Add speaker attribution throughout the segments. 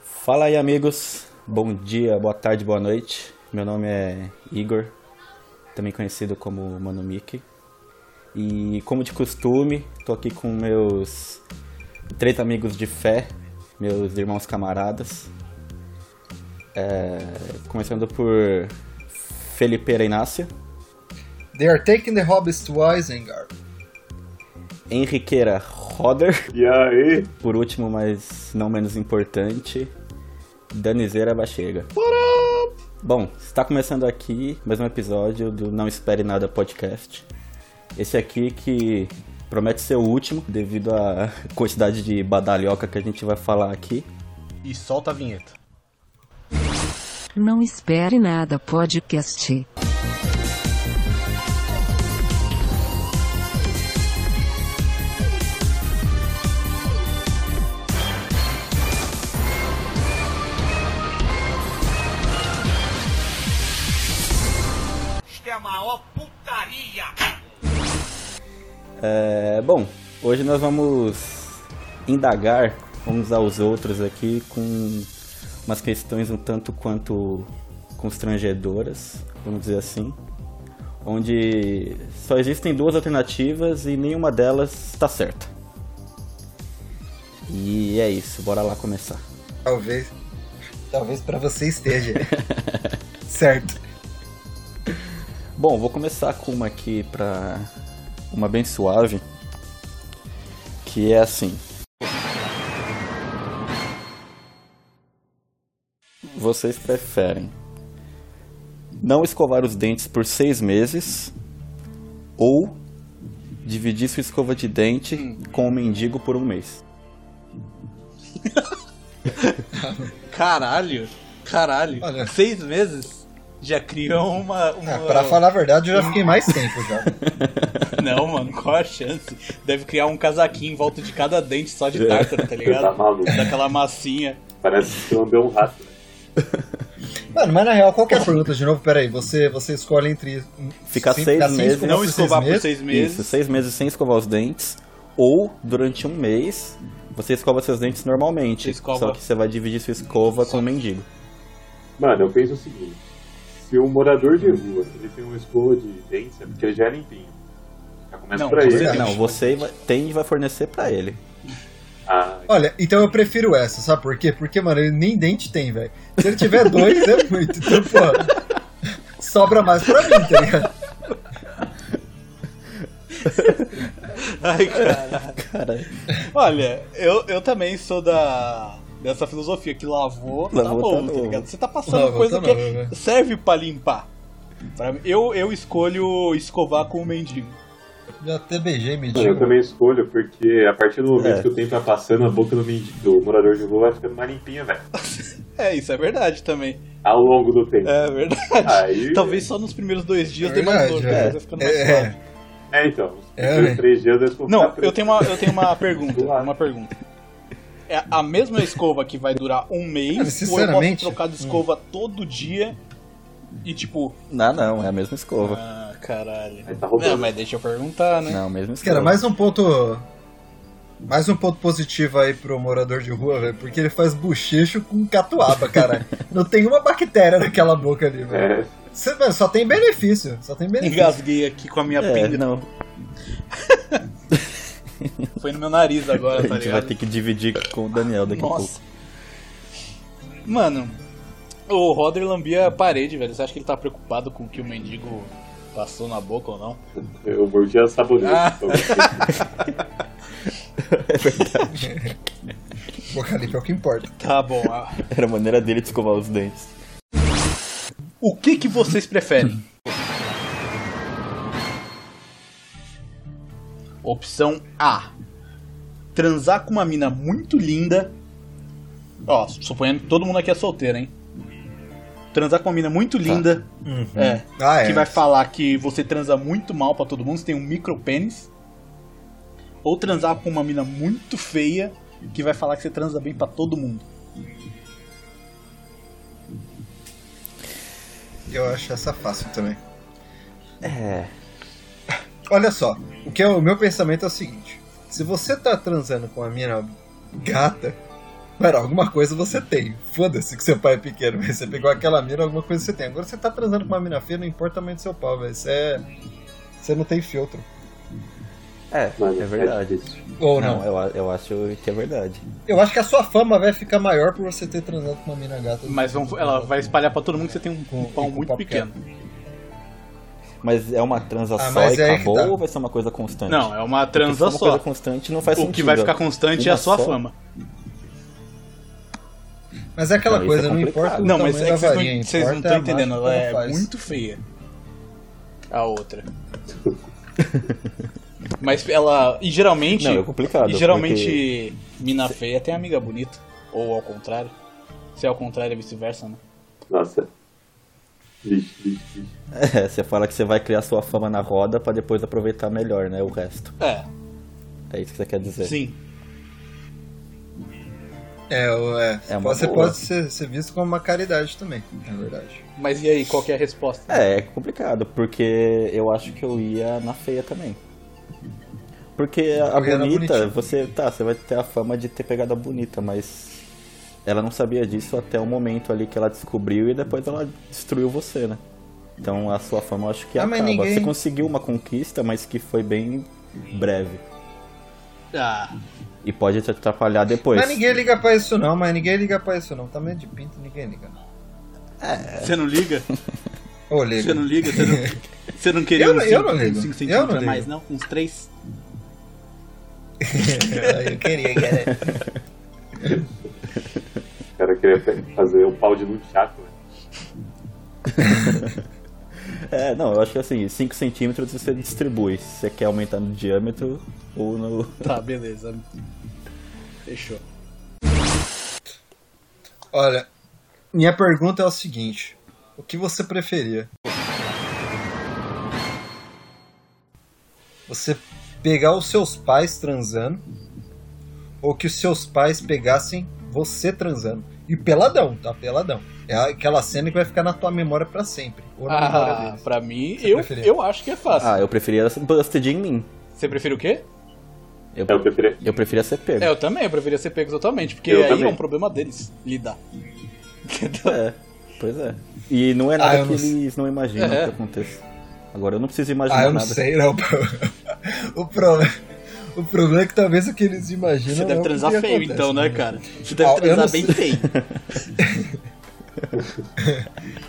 Speaker 1: Fala aí, amigos. Bom dia, boa tarde, boa noite. Meu nome é Igor, também conhecido como Mano Mickey. E como de costume, tô aqui com meus três amigos de fé, meus irmãos camaradas. É, começando por Felipe Inácio,
Speaker 2: They are taking the hobbits to Isengard.
Speaker 1: Henriqueira Roder,
Speaker 3: E aí?
Speaker 1: por último, mas não menos importante, Danizeira Bachega. Bom, está começando aqui mais um episódio do Não Espere Nada Podcast. Esse aqui que promete ser o último, devido à quantidade de badalhoca que a gente vai falar aqui.
Speaker 4: E solta a vinheta.
Speaker 5: Não espere nada, podcast.
Speaker 6: Isto é a maior putaria!
Speaker 1: É, bom, hoje nós vamos indagar uns aos outros aqui com umas questões um tanto quanto constrangedoras, vamos dizer assim, onde só existem duas alternativas e nenhuma delas está certa. E é isso, bora lá começar.
Speaker 2: Talvez. Talvez pra você esteja. certo.
Speaker 1: Bom, vou começar com uma aqui pra. uma bem suave. Que é assim. Vocês preferem não escovar os dentes por seis meses ou dividir sua escova de dente com um mendigo por um mês?
Speaker 4: Caralho, caralho.
Speaker 2: Olha.
Speaker 4: Seis meses já criou uma. uma...
Speaker 2: Ah, pra falar a verdade, eu já fiquei mais tempo já.
Speaker 4: Não, mano, qual a chance? Deve criar um casaquinho em volta de cada dente só de
Speaker 1: É.
Speaker 4: tártaro, tá
Speaker 3: Você tá
Speaker 4: ligado?
Speaker 3: maluco.
Speaker 4: Daquela massinha.
Speaker 3: Parece que eu andei um rato.
Speaker 2: Mano, mas na real, qual que é a pergunta de novo? Pera aí, você, você escolhe entre.
Speaker 1: Ficar
Speaker 2: sem-
Speaker 1: seis
Speaker 2: ficar sem
Speaker 1: meses,
Speaker 2: escovar
Speaker 4: Não
Speaker 2: por
Speaker 4: escovar por
Speaker 2: meses?
Speaker 4: seis
Speaker 1: Isso,
Speaker 4: meses.
Speaker 1: seis meses sem escovar os dentes ou durante um mês você escova seus dentes normalmente.
Speaker 4: Escova.
Speaker 1: Só que você vai dividir sua escova com um mendigo.
Speaker 3: Mano, eu penso o seguinte. Se um morador de rua, ele tem uma escova de dentes, é porque ele já é limpinho. Já começa
Speaker 4: Não,
Speaker 3: por aí.
Speaker 4: você
Speaker 2: é.
Speaker 1: Ah, não, você vai- tem e vai fornecer pra ele.
Speaker 3: Ah,
Speaker 2: Olha, então eu prefiro essa, sabe por quê? Porque, mano, ele nem dente tem, velho. Se ele tiver dois, é muito. Então, pô, sobra mais pra mim, tá ligado?
Speaker 4: Ai, cara.
Speaker 1: Cara,
Speaker 4: Olha, eu, eu também sou da. Dessa filosofia que lavou, tá
Speaker 1: Lavou, tá
Speaker 4: bom, tá
Speaker 1: novo.
Speaker 4: ligado? Você tá passando
Speaker 2: Lavou,
Speaker 4: coisa
Speaker 2: tá
Speaker 4: que
Speaker 2: novo, né?
Speaker 4: serve pra limpar. Pra mim, eu, eu escolho escovar com o mendigo.
Speaker 2: Já até beijei, me
Speaker 3: eu também escolho, porque a partir do momento
Speaker 1: É.
Speaker 3: que o tempo vai passando, a boca do, mendigo, do morador de rua vai ficando mais limpinha, velho.
Speaker 4: É, isso é verdade também.
Speaker 3: Ao longo do tempo.
Speaker 4: É verdade.
Speaker 3: Aí-
Speaker 4: Talvez só nos primeiros dois dias
Speaker 2: É
Speaker 4: dê mais
Speaker 2: verdade,
Speaker 4: dor,
Speaker 2: é.
Speaker 4: depois vai ficando mais
Speaker 2: É.
Speaker 4: suave.
Speaker 3: É, então. Os
Speaker 2: É,
Speaker 3: primeiros
Speaker 2: né?
Speaker 3: três dias eu vou
Speaker 4: Não,
Speaker 3: ficar preso.
Speaker 4: eu tenho uma, eu tenho uma pergunta.
Speaker 3: Suave.
Speaker 4: uma pergunta. É a mesma escova que vai durar um
Speaker 2: Cara,
Speaker 4: mês, ou eu posso
Speaker 2: sinceramente- hum.
Speaker 4: trocar de escova todo dia e tipo.
Speaker 1: não, não, é a mesma escova.
Speaker 4: Ah, caralho.
Speaker 3: Aí tá roubando.
Speaker 4: Não, mas deixa eu perguntar, né?
Speaker 1: Não, a mesma escova.
Speaker 2: Cara, mais um ponto. Mais um ponto positivo aí pro morador de rua, velho, porque ele faz bochecho com catuaba, cara. Não tem uma bactéria naquela boca ali, velho.
Speaker 3: É,
Speaker 2: Cê- mano, Só tem benefício, só tem benefício.
Speaker 4: Engasguei aqui com a minha
Speaker 1: É,
Speaker 4: pinga.
Speaker 2: Tá
Speaker 1: não.
Speaker 4: Foi no meu nariz
Speaker 1: A
Speaker 4: agora, tá
Speaker 1: gente vai
Speaker 4: ligado?
Speaker 1: ter que dividir com o Daniel daqui a pouco.
Speaker 4: Nossa. Mano, o Roder lambia a parede, velho. Você acha que ele tá preocupado com o que o mendigo passou na boca ou não?
Speaker 3: eu mordi a então, sabonete.
Speaker 4: Ah.
Speaker 2: Boca limpa é o que importa.
Speaker 4: Tá bom. ah.
Speaker 1: Era a maneira dele de escovar os dentes.
Speaker 4: O que que vocês preferem? Opção A. Transar com uma mina muito linda. Ó, suponhando que todo mundo aqui é solteiro, hein? Transar com uma mina muito linda. É.
Speaker 2: Tá. Ah, é.
Speaker 4: que vai falar que você transa muito mal pra todo mundo, você tem um micro pênis. Ou transar com uma mina muito feia, que vai falar que você transa bem pra todo mundo.
Speaker 2: Eu acho essa fácil também.
Speaker 1: É.
Speaker 2: Olha só, o que é, o meu pensamento é o seguinte: se você tá transando com uma mina gata, Cara, alguma coisa você tem. Foda-se que seu pai é pequeno, velho. Você pegou aquela mina, alguma coisa você tem. Agora você tá transando com uma mina feia, não importa também do seu pau, velho. Você é. Você não tem filtro.
Speaker 1: É,
Speaker 3: Mano,
Speaker 1: é verdade.
Speaker 3: difícil.
Speaker 2: Ou não.
Speaker 1: Não, eu, a- eu acho que é verdade.
Speaker 2: Eu acho que a sua fama vai ficar maior por você ter transado com uma mina gata.
Speaker 4: Mas vão- ela vai espalhar pra todo mundo que você tem um,
Speaker 2: Com-
Speaker 4: pau
Speaker 2: com
Speaker 4: muito
Speaker 2: pau
Speaker 4: pequeno.
Speaker 1: Mas é uma transa
Speaker 2: Ah,
Speaker 1: só
Speaker 2: mas
Speaker 1: e
Speaker 2: é aí que
Speaker 1: acabou
Speaker 2: tá.
Speaker 1: ou vai ser uma coisa constante?
Speaker 4: Não, é uma
Speaker 1: Se for
Speaker 4: transa
Speaker 1: uma coisa
Speaker 4: só.
Speaker 1: constante não faz
Speaker 4: O
Speaker 1: sentido.
Speaker 4: que vai ficar constante é a
Speaker 1: Uma
Speaker 4: sua
Speaker 1: só?
Speaker 4: fama.
Speaker 2: Mas é aquela
Speaker 1: Então, isso
Speaker 2: coisa,
Speaker 1: é
Speaker 2: não
Speaker 1: complicado.
Speaker 2: importa. o
Speaker 4: Não, mas
Speaker 2: tamanho
Speaker 4: é
Speaker 2: da
Speaker 4: que vocês
Speaker 2: varinha,
Speaker 4: não- vocês não
Speaker 2: importa
Speaker 4: estão
Speaker 2: a mágica
Speaker 4: entendendo.
Speaker 2: que
Speaker 4: Ela é
Speaker 2: faz.
Speaker 4: muito feia. A outra. Mas ela. E geralmente.
Speaker 1: Não, é complicado,
Speaker 4: E geralmente, mina feia tem amiga bonita. Ou ao contrário. Se é ao contrário, é vice-versa, né?
Speaker 3: Nossa. Vixe, vixe, vixe.
Speaker 1: É, você fala que você vai criar sua fama na roda pra depois aproveitar melhor, né? O resto.
Speaker 4: É,
Speaker 1: É isso que você quer dizer.
Speaker 4: sim.
Speaker 2: É, ou é.
Speaker 1: É uma
Speaker 2: você
Speaker 1: boa. Uhum.
Speaker 2: pode ser, ser visto como uma caridade também, na verdade.
Speaker 4: Mas e aí, qual que é a resposta?
Speaker 1: É, é complicado, porque eu acho que eu ia na feia também. Porque a
Speaker 2: Eu ia na
Speaker 1: bonita,
Speaker 2: bonitinha.
Speaker 1: você tá, você vai ter a fama de ter pegado a bonita, mas ela não sabia disso até o momento ali que ela descobriu e depois ela destruiu você, né? Então a sua fama eu acho que
Speaker 2: Ah, mas
Speaker 1: acaba.
Speaker 2: ninguém-
Speaker 1: Você conseguiu uma conquista, mas que foi bem breve.
Speaker 4: Ah,
Speaker 1: E pode te atrapalhar depois.
Speaker 2: Mas ninguém liga pra isso não, mas ninguém liga pra isso não. Também de pinto ninguém liga.
Speaker 4: É. você não liga?
Speaker 2: Ô, liga.
Speaker 4: Você não liga? Você não, você não queria
Speaker 2: Eu
Speaker 4: uns
Speaker 2: não- eu não
Speaker 4: 5
Speaker 2: ligo.
Speaker 4: centímetros
Speaker 2: Eu não
Speaker 4: a mais, não? Uns 3?
Speaker 2: Eu queria, cara.
Speaker 3: O cara queria fe- fazer um pau de chato, né?
Speaker 1: É, não, eu acho que assim, 5 centímetros você distribui. Se você quer aumentar no diâmetro ou no.
Speaker 4: Tá, beleza. Fechou.
Speaker 2: Olha, minha pergunta é o seguinte. O que você preferia? Você pegar os seus pais transando ou que os seus pais pegassem você transando? E peladão, tá? Peladão. É aquela cena que vai ficar na tua memória pra sempre. Ou na memória
Speaker 4: Ah,
Speaker 2: deles.
Speaker 4: pra mim,
Speaker 2: Você
Speaker 4: eu,
Speaker 2: preferia?
Speaker 4: eu acho que é fácil.
Speaker 1: Ah, eu preferia busted em mim.
Speaker 4: Você prefere o quê?
Speaker 1: Eu,
Speaker 3: É Eu preferia.
Speaker 1: eu preferia ser pego.
Speaker 4: É, eu também, eu preferia ser pego totalmente, porque
Speaker 3: Eu
Speaker 4: aí
Speaker 3: também.
Speaker 4: é um problema deles lidar.
Speaker 1: É, pois é. E não é
Speaker 2: Ah,
Speaker 1: nada
Speaker 2: eu
Speaker 1: que
Speaker 2: não sei.
Speaker 1: eles não imaginam
Speaker 4: É.
Speaker 1: que aconteça. Agora eu não preciso imaginar
Speaker 2: Ah, eu não
Speaker 1: nada.
Speaker 2: sei, não. O problema, o problema é que talvez o que eles imaginam.
Speaker 4: Você
Speaker 2: é o
Speaker 4: deve
Speaker 2: que
Speaker 4: transar feio,
Speaker 2: acontece,
Speaker 4: então, né, cara? Você deve
Speaker 2: Ah, eu
Speaker 4: transar
Speaker 2: não
Speaker 4: bem
Speaker 2: sei.
Speaker 4: feio.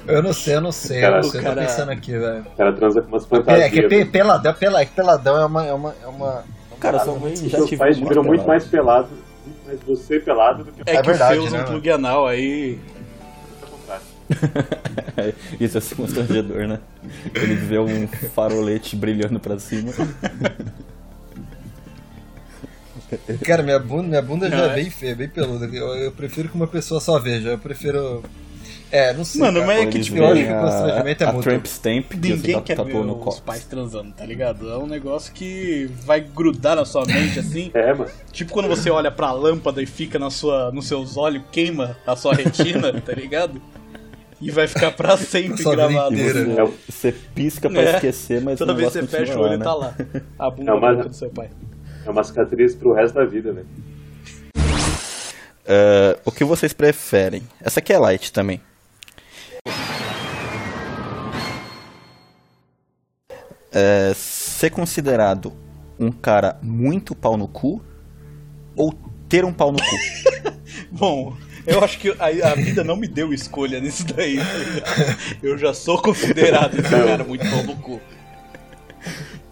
Speaker 2: Eu não sei, eu não sei, eu
Speaker 3: Cara,
Speaker 2: não sei, eu tô
Speaker 4: cara-
Speaker 2: pensando aqui, velho.
Speaker 3: O cara transa com umas
Speaker 2: É,
Speaker 3: fantasias.
Speaker 2: que é pe- peladão, pela- peladão é uma. É uma, é uma...
Speaker 1: Cara, sua mãe já
Speaker 3: Seus
Speaker 1: tive um
Speaker 3: pais
Speaker 1: uma
Speaker 3: viram muito
Speaker 1: pelada.
Speaker 3: mais pelado, muito mais você pelado do que
Speaker 4: É,
Speaker 2: É
Speaker 4: que
Speaker 2: verdade,
Speaker 4: o feio usa
Speaker 2: né,
Speaker 4: um
Speaker 2: mano?
Speaker 4: plug anal aí.
Speaker 3: o contrário.
Speaker 1: Isso é constrangedor, né? Ele vê um farolete brilhando pra cima.
Speaker 4: É
Speaker 2: Cara, minha bunda, minha bunda já
Speaker 4: Não,
Speaker 2: é
Speaker 4: é.
Speaker 2: bem feia, bem peluda. Eu, eu prefiro que uma pessoa só veja. Eu prefiro. É, não sei.
Speaker 4: Mano,
Speaker 2: cara.
Speaker 4: mas É que,
Speaker 1: Eles
Speaker 4: tipo,
Speaker 1: veem
Speaker 2: eu acho que o
Speaker 1: a-
Speaker 2: constrangimento é
Speaker 1: a
Speaker 2: mútuo.
Speaker 1: tramp stamp que
Speaker 4: Ninguém
Speaker 1: você
Speaker 4: quer ver
Speaker 1: tatuou no
Speaker 4: os
Speaker 1: copo.
Speaker 4: pais transando, tá ligado? É um negócio que vai grudar na sua mente assim.
Speaker 3: É, mano.
Speaker 4: tipo quando você olha pra lâmpada e fica na sua, nos seus olhos, queima a sua retina, tá ligado? E vai ficar pra sempre
Speaker 2: Sua vida
Speaker 4: gravado.
Speaker 2: inteira.
Speaker 4: assim.
Speaker 3: É o-
Speaker 1: Você pisca pra
Speaker 4: É.
Speaker 1: esquecer, mas
Speaker 4: Toda
Speaker 1: o
Speaker 4: vez que
Speaker 1: negócio
Speaker 4: você fecha o
Speaker 1: continua
Speaker 4: olho, tá
Speaker 1: lá.
Speaker 4: lá. A bunda
Speaker 3: Não, mas-
Speaker 4: branca do seu pai.
Speaker 3: É uma cicatriz pro resto da vida, velho.
Speaker 1: né? Ah, o que vocês preferem? Essa aqui é light também. É, ser considerado um cara muito pau no cu ou ter um pau no cu?
Speaker 4: Bom, eu acho que a, a vida não me deu escolha nisso daí. Eu já sou considerado esse cara muito pau no cu.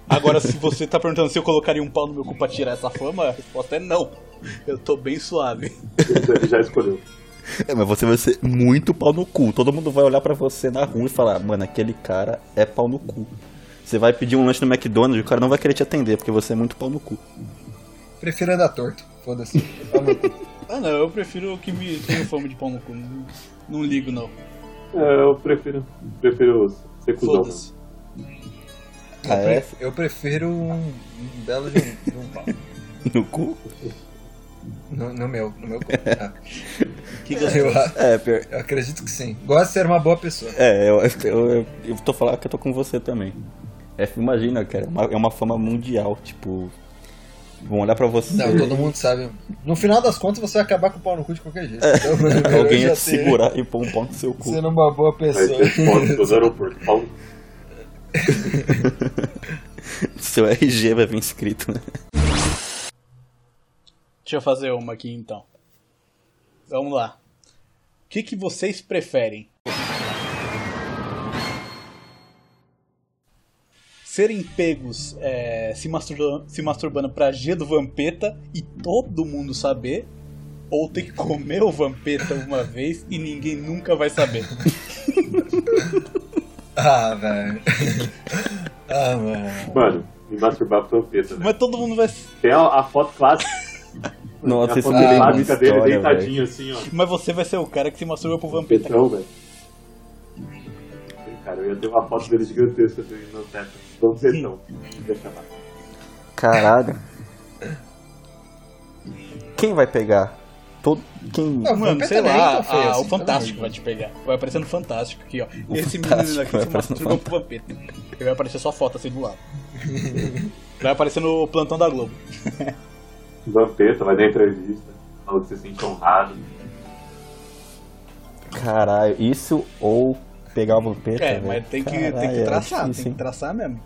Speaker 4: Agora, se você tá perguntando se eu colocaria um pau no meu cu pra tirar essa fama, a resposta é não. Eu tô bem suave.
Speaker 3: Ele já escolheu.
Speaker 1: É, mas você vai ser muito pau no cu. Todo mundo vai olhar pra você na rua e falar, mano, aquele cara é pau no cu. Você vai pedir um lanche no McDonald's e o cara não vai querer te atender, porque você é muito pau no cu.
Speaker 2: Prefiro andar torto. Foda-se. Vamos.
Speaker 4: Ah, não, eu prefiro que me tenha fome de pau no cu. Não, não ligo, não.
Speaker 3: É, eu prefiro. Prefiro ser cuzão. mano.
Speaker 4: Foda-se.
Speaker 1: Ah,
Speaker 2: eu,
Speaker 1: É.
Speaker 2: prefiro, eu prefiro um, um belo de um, de um pau.
Speaker 1: No cu?
Speaker 2: No, no meu, no meu corpo. Ah,
Speaker 4: Que
Speaker 2: eu,
Speaker 4: gostoso.
Speaker 1: É, pior.
Speaker 2: eu acredito que sim. Gosto de ser uma boa pessoa.
Speaker 1: É, eu, eu, eu, eu tô falando que eu tô com você também. É, imagina, cara, é uma, é uma fama mundial, tipo. vão olhar pra você.
Speaker 2: Não, todo mundo sabe. No final das contas, você vai acabar com o pau no cu de qualquer jeito. Então, eu
Speaker 1: Alguém
Speaker 2: já
Speaker 1: ia te
Speaker 2: sei,
Speaker 1: segurar e pôr um pau no seu cu.
Speaker 2: Sendo uma boa
Speaker 3: Vai
Speaker 2: pessoa.
Speaker 3: ter foto dos aeroportos. Paulo,
Speaker 1: Seu RG vai vir escrito, né?
Speaker 4: Deixa eu fazer uma aqui então. Vamos lá. O que, que vocês preferem? Serem pegos é, se, masturba- se masturbando pra G do Vampeta e todo mundo saber? Ou ter que comer o Vampeta uma vez e ninguém nunca vai saber?
Speaker 2: Ah, velho. Ah, mano.
Speaker 3: mano, me masturbar pro Vampeta, né?
Speaker 4: Mas todo mundo vai.
Speaker 3: Tem a, a foto clássica.
Speaker 1: Nossa,
Speaker 3: a
Speaker 1: isso
Speaker 3: foto
Speaker 1: me lembra uma
Speaker 3: clássica dele
Speaker 1: história, velho.
Speaker 3: deitadinho assim, ó.
Speaker 4: Mas você vai ser o cara que se masturba pro Vampeta.
Speaker 3: Petão, velho. Cara, eu ia ter uma foto dele gigantesca dele no teto. Vamos ser tão. Deixa lá.
Speaker 1: Caralho. Quem vai pegar? Todo... Quem...
Speaker 2: Não, um
Speaker 4: Mano,
Speaker 2: Vampeta
Speaker 4: sei
Speaker 2: nem
Speaker 4: lá,
Speaker 2: tão feio
Speaker 4: ah,
Speaker 2: assim,
Speaker 4: o
Speaker 2: tá
Speaker 4: Fantástico vai te pegar. Vai aparecer no Fantástico aqui, ó. Esse menino
Speaker 1: Fantástico
Speaker 4: aqui
Speaker 1: vai
Speaker 4: se
Speaker 1: aparecer no
Speaker 4: masturbou pro Vampeta. Ele vai aparecer sua foto assim do lado. Vai aparecer no plantão da Globo.
Speaker 3: Vampeta, vai dar entrevista. Falou que você se sente honrado.
Speaker 1: Caralho, isso ou pegar o vampeta?
Speaker 4: É,
Speaker 1: velho?
Speaker 4: mas tem que, tem
Speaker 1: Caralho,
Speaker 4: que
Speaker 1: era
Speaker 4: traçar,
Speaker 1: difícil,
Speaker 4: tem
Speaker 1: hein?
Speaker 4: que traçar mesmo.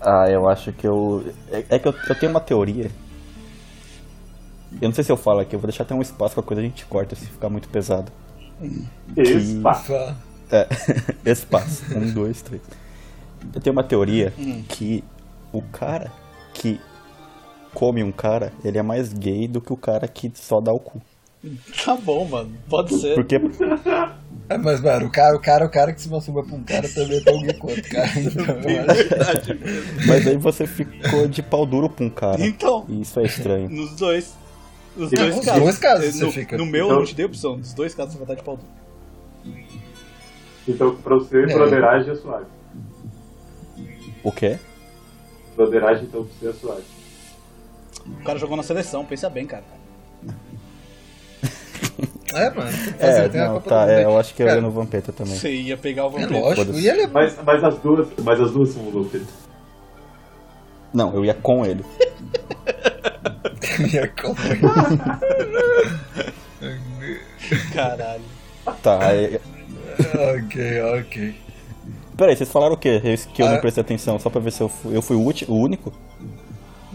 Speaker 1: Ah, eu acho que eu. É, é que eu, eu tenho uma teoria. Eu não sei se eu falo aqui, eu vou deixar até um espaço com a coisa a gente corta se ficar muito pesado.
Speaker 3: Espaço.
Speaker 2: Fala.
Speaker 1: É, espaço. Um, dois, três. Eu tenho uma teoria
Speaker 2: Hum.
Speaker 1: que o cara que come um cara, ele é mais gay do que o cara que só dá o cu.
Speaker 4: Tá bom, mano. Pode ser.
Speaker 1: Porque
Speaker 2: É, mas, mano, o cara, o cara, o cara que se masturba pra um cara também é tão gay quanto o cara. Então, eu acho-
Speaker 1: Mas aí você ficou de pau duro pra um cara.
Speaker 4: Então,
Speaker 1: E isso é estranho.
Speaker 4: nos dois. Nos
Speaker 3: Não,
Speaker 4: dois
Speaker 2: nos
Speaker 4: casos.
Speaker 2: dois casos
Speaker 4: no,
Speaker 2: você fica.
Speaker 4: no meu,
Speaker 3: Então-
Speaker 4: eu não te dei opção. Nos dois casos você vai estar de pau duro.
Speaker 3: Então, pra você,
Speaker 2: É.
Speaker 3: broderagem é suave.
Speaker 1: O quê?
Speaker 3: Broderagem, então, pra você é suave.
Speaker 4: O cara jogou na seleção, pensa bem, cara.
Speaker 2: É, mano. tem que fazer,
Speaker 1: É,
Speaker 2: tem uma
Speaker 1: não,
Speaker 2: Copa
Speaker 1: tá,
Speaker 2: do Mundo
Speaker 1: é,
Speaker 2: aí.
Speaker 1: eu acho que eu
Speaker 2: Cara,
Speaker 1: ia no Vampeta também.
Speaker 4: Você ia pegar o
Speaker 2: É
Speaker 4: Vampeta.
Speaker 2: lógico. E ele é
Speaker 3: Mas, mas as duas. Mas as duas são um loucas.
Speaker 1: Não, eu ia com ele.
Speaker 2: minha companhia.
Speaker 4: Caralho.
Speaker 1: Tá, é...
Speaker 2: ok, ok.
Speaker 1: peraí, vocês falaram o quê? Eu- Que eu
Speaker 2: Ah.
Speaker 1: não prestei atenção, só pra ver se eu fui, eu fui o, ulti- o único?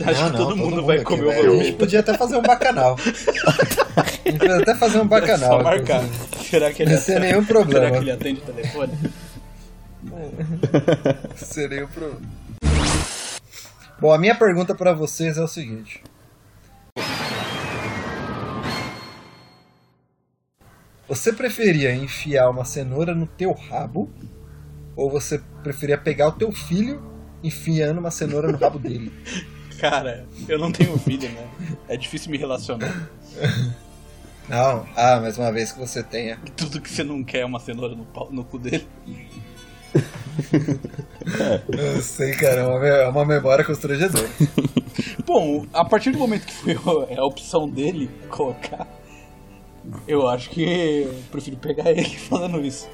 Speaker 4: Acho
Speaker 2: Ah, Não,
Speaker 4: que
Speaker 2: não,
Speaker 4: todo, mundo, vai
Speaker 2: aqui,
Speaker 4: comer o
Speaker 2: velho. A gente
Speaker 4: Vampeta.
Speaker 2: podia até fazer um bacanal. A gente podia até fazer um bacanal.
Speaker 4: Só marcar. Tá Será que ele
Speaker 2: Não seria nenhum
Speaker 4: Será que
Speaker 2: problema.
Speaker 4: ele atende o telefone?
Speaker 2: Seria o problema. Bom, a minha pergunta pra vocês é o seguinte. Você preferia enfiar uma cenoura no teu rabo ou você preferia pegar o teu filho enfiando uma cenoura no rabo dele?
Speaker 4: Cara, eu não tenho filho, né? É difícil me relacionar.
Speaker 2: Não, ah, mais uma vez que você tenha.
Speaker 4: Tudo que você não quer é uma cenoura no, pau- no cu dele.
Speaker 2: Eu sei, cara, é uma, é uma memória constrangedora.
Speaker 4: Bom, a partir do momento que foi o- é a opção dele colocar, eu acho que eu prefiro pegar ele falando isso.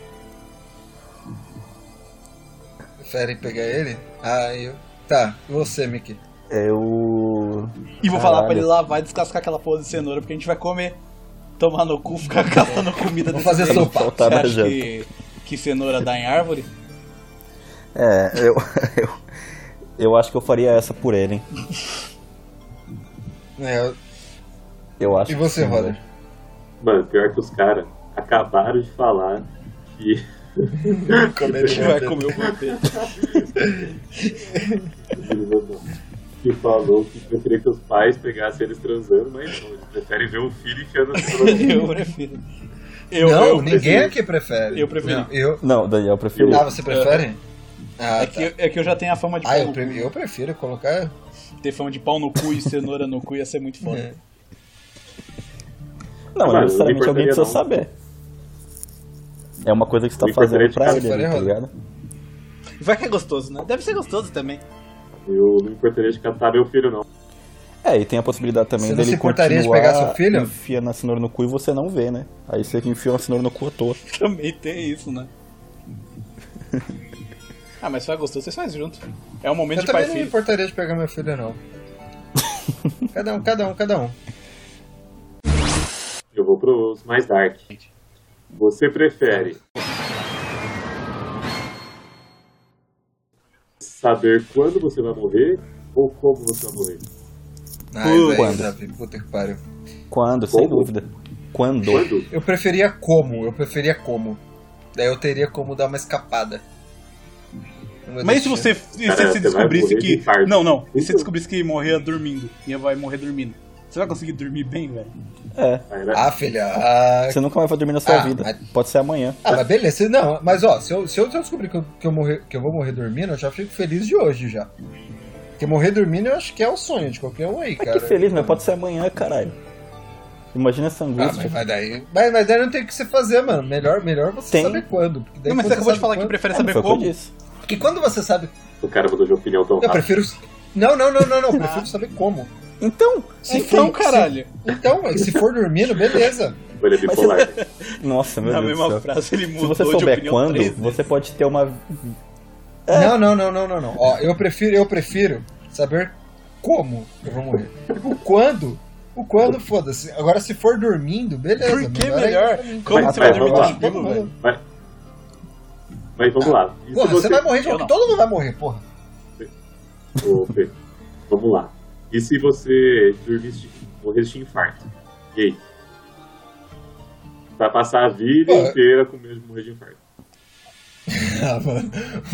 Speaker 2: Preferem pegar ele? Ah, eu. Tá, e você, Mickey?
Speaker 1: Eu.
Speaker 4: E vou falar pra
Speaker 1: Caralho.
Speaker 4: ele lá, vai descascar aquela porra de cenoura, porque a gente vai comer, tomar no cu, ficar calando comida
Speaker 2: Vamos
Speaker 4: desse
Speaker 2: fazer
Speaker 4: jeito.
Speaker 2: sopa.
Speaker 4: Você
Speaker 1: Tá na
Speaker 4: acha
Speaker 1: janta.
Speaker 4: que, que cenoura dá em árvore?
Speaker 1: É, eu. eu... Eu acho que eu faria essa por ele, hein?
Speaker 2: É,
Speaker 1: Eu acho
Speaker 2: e você,
Speaker 1: que sim, né?
Speaker 2: Roder?
Speaker 1: velho.
Speaker 3: Mano, pior que os caras acabaram de falar que.
Speaker 4: A gente vai comer o vampeta.
Speaker 3: que falou que preferia que os pais pegassem eles transando, mas não. Eles preferem ver o filho enfiando a cenoura no cu.
Speaker 4: Eu prefiro. Eu,
Speaker 2: não,
Speaker 4: eu
Speaker 2: ninguém
Speaker 4: prefiro.
Speaker 2: aqui prefere.
Speaker 4: Eu prefiro.
Speaker 2: Não, eu...
Speaker 1: Não, Daniel, eu prefiro.
Speaker 2: Ah, você prefere? Ah,
Speaker 4: É que,
Speaker 2: tá.
Speaker 4: eu- é que eu já tenho a fama de
Speaker 2: Ah,
Speaker 4: pau
Speaker 2: eu,
Speaker 4: no
Speaker 2: pre-
Speaker 4: cu.
Speaker 2: eu prefiro colocar.
Speaker 4: Ter fama de pau no cu e cenoura no cu ia ser muito foda.
Speaker 2: É.
Speaker 1: Não,
Speaker 3: Mano,
Speaker 1: mas necessariamente
Speaker 3: não
Speaker 1: alguém precisa
Speaker 3: importaria,
Speaker 1: saber. É uma coisa que você tá
Speaker 3: Não importaria
Speaker 1: fazendo
Speaker 3: de
Speaker 1: pra
Speaker 2: cara
Speaker 1: ele, ali,
Speaker 2: faria
Speaker 1: tá
Speaker 2: errado.
Speaker 1: ligado?
Speaker 4: Vai que é gostoso, né? Deve ser gostoso também.
Speaker 3: Eu não me importaria de catar meu filho, não.
Speaker 1: É, e tem a possibilidade também
Speaker 2: Você não
Speaker 1: dele
Speaker 2: se importaria de
Speaker 1: continuar
Speaker 2: pegar seu filho?
Speaker 1: Enfia na cenoura no cu e você não vê, né? Aí você enfia uma cenoura no cu à toa.
Speaker 4: Também tem isso, né? Ah, mas se é gostoso, vocês fazem junto. É um momento
Speaker 2: Eu
Speaker 4: de pai
Speaker 2: também não me
Speaker 4: e filho.
Speaker 2: importaria de pegar meu filho, não. cada um, cada um, cada um.
Speaker 3: Eu vou pros mais dark. Você prefere saber quando você vai morrer ou como você vai morrer?
Speaker 2: Ai, velho,
Speaker 1: Quando?
Speaker 2: Davi, puta que pariu.
Speaker 1: Quando, sem
Speaker 3: Como?
Speaker 1: dúvida. Quando?
Speaker 3: Quando?
Speaker 2: Eu preferia como, eu preferia como. Daí eu teria como dar uma escapada. Não vou
Speaker 4: Mas e se
Speaker 2: deixar.
Speaker 4: você, e se, você
Speaker 3: você vai
Speaker 4: descobrisse
Speaker 3: morrer de
Speaker 4: que.
Speaker 3: infarto.
Speaker 4: Não, não. E se você
Speaker 3: Isso.
Speaker 4: descobrisse que morria dormindo? E vai morrer dormindo? Você vai conseguir dormir bem, velho?
Speaker 1: É.
Speaker 3: Ah, era-
Speaker 2: Ah, filha, ah,
Speaker 1: Você nunca mais vai dormir na sua
Speaker 2: Ah,
Speaker 1: vida.
Speaker 2: mas-
Speaker 1: Pode ser amanhã.
Speaker 2: Ah, mas beleza. Não, mas ó, se eu, se eu, se eu descobrir que eu, que, eu morrer, que eu vou morrer dormindo, eu já fico feliz de hoje já. Porque morrer dormindo eu acho que é o sonho de qualquer um aí,
Speaker 1: Mas
Speaker 2: cara.
Speaker 1: que feliz, mas pode ser amanhã, caralho. Imagina tipo, essa
Speaker 2: Ah,
Speaker 1: angústia.
Speaker 2: mas vai daí. Mas, mas daí não tem o que você fazer, mano. Melhor, melhor você
Speaker 1: Tem.
Speaker 2: saber quando. Porque daí
Speaker 4: Não, mas
Speaker 2: quando
Speaker 4: você acabou de
Speaker 2: sabe
Speaker 4: falar que
Speaker 2: quando-
Speaker 4: prefere
Speaker 1: É, mas
Speaker 4: saber
Speaker 1: foi o que eu
Speaker 4: como.
Speaker 1: disse.
Speaker 2: Porque quando você sabe.
Speaker 3: O cara mudou de opinião tão
Speaker 1: Ah.
Speaker 2: Eu
Speaker 3: rápido.
Speaker 2: prefiro. Não, não, não, não, não. Eu
Speaker 4: Ah.
Speaker 2: prefiro saber como.
Speaker 1: Então,
Speaker 2: Se
Speaker 4: Então,
Speaker 2: for-
Speaker 4: caralho.
Speaker 2: se- Então, se for dormindo, beleza.
Speaker 3: Ele é bipolar.
Speaker 1: nossa, meu
Speaker 4: Na
Speaker 1: Deus
Speaker 4: mesma
Speaker 1: do céu.
Speaker 4: frase ele
Speaker 1: Se
Speaker 4: mudou
Speaker 1: você
Speaker 4: de
Speaker 1: souber
Speaker 4: opinião
Speaker 1: quando,
Speaker 4: três vezes.
Speaker 1: você pode ter uma.
Speaker 2: Não, não, não, não, não, não. Ó, eu prefiro, eu prefiro saber como eu vou morrer. O quando. O quando, foda-se. Agora, se for dormindo, beleza.
Speaker 4: Por que
Speaker 2: aí
Speaker 4: melhor?
Speaker 2: pra mim.
Speaker 4: Como
Speaker 3: Mas,
Speaker 4: você vai
Speaker 3: mas,
Speaker 4: dormir
Speaker 3: vamos lá.
Speaker 4: tranquilo, velho?
Speaker 3: Mas, mas vamos lá. E se
Speaker 2: Porra, você vai morrer de
Speaker 4: Eu
Speaker 2: qualquer
Speaker 4: não.
Speaker 2: Todo mundo vai morrer, porra.
Speaker 3: Ô, Fê, vamos lá. E se você dormisse, morresse de infarto? E aí? Vai passar a vida
Speaker 2: Ué.
Speaker 3: inteira com medo de morrer de infarto.
Speaker 2: Ah, mano.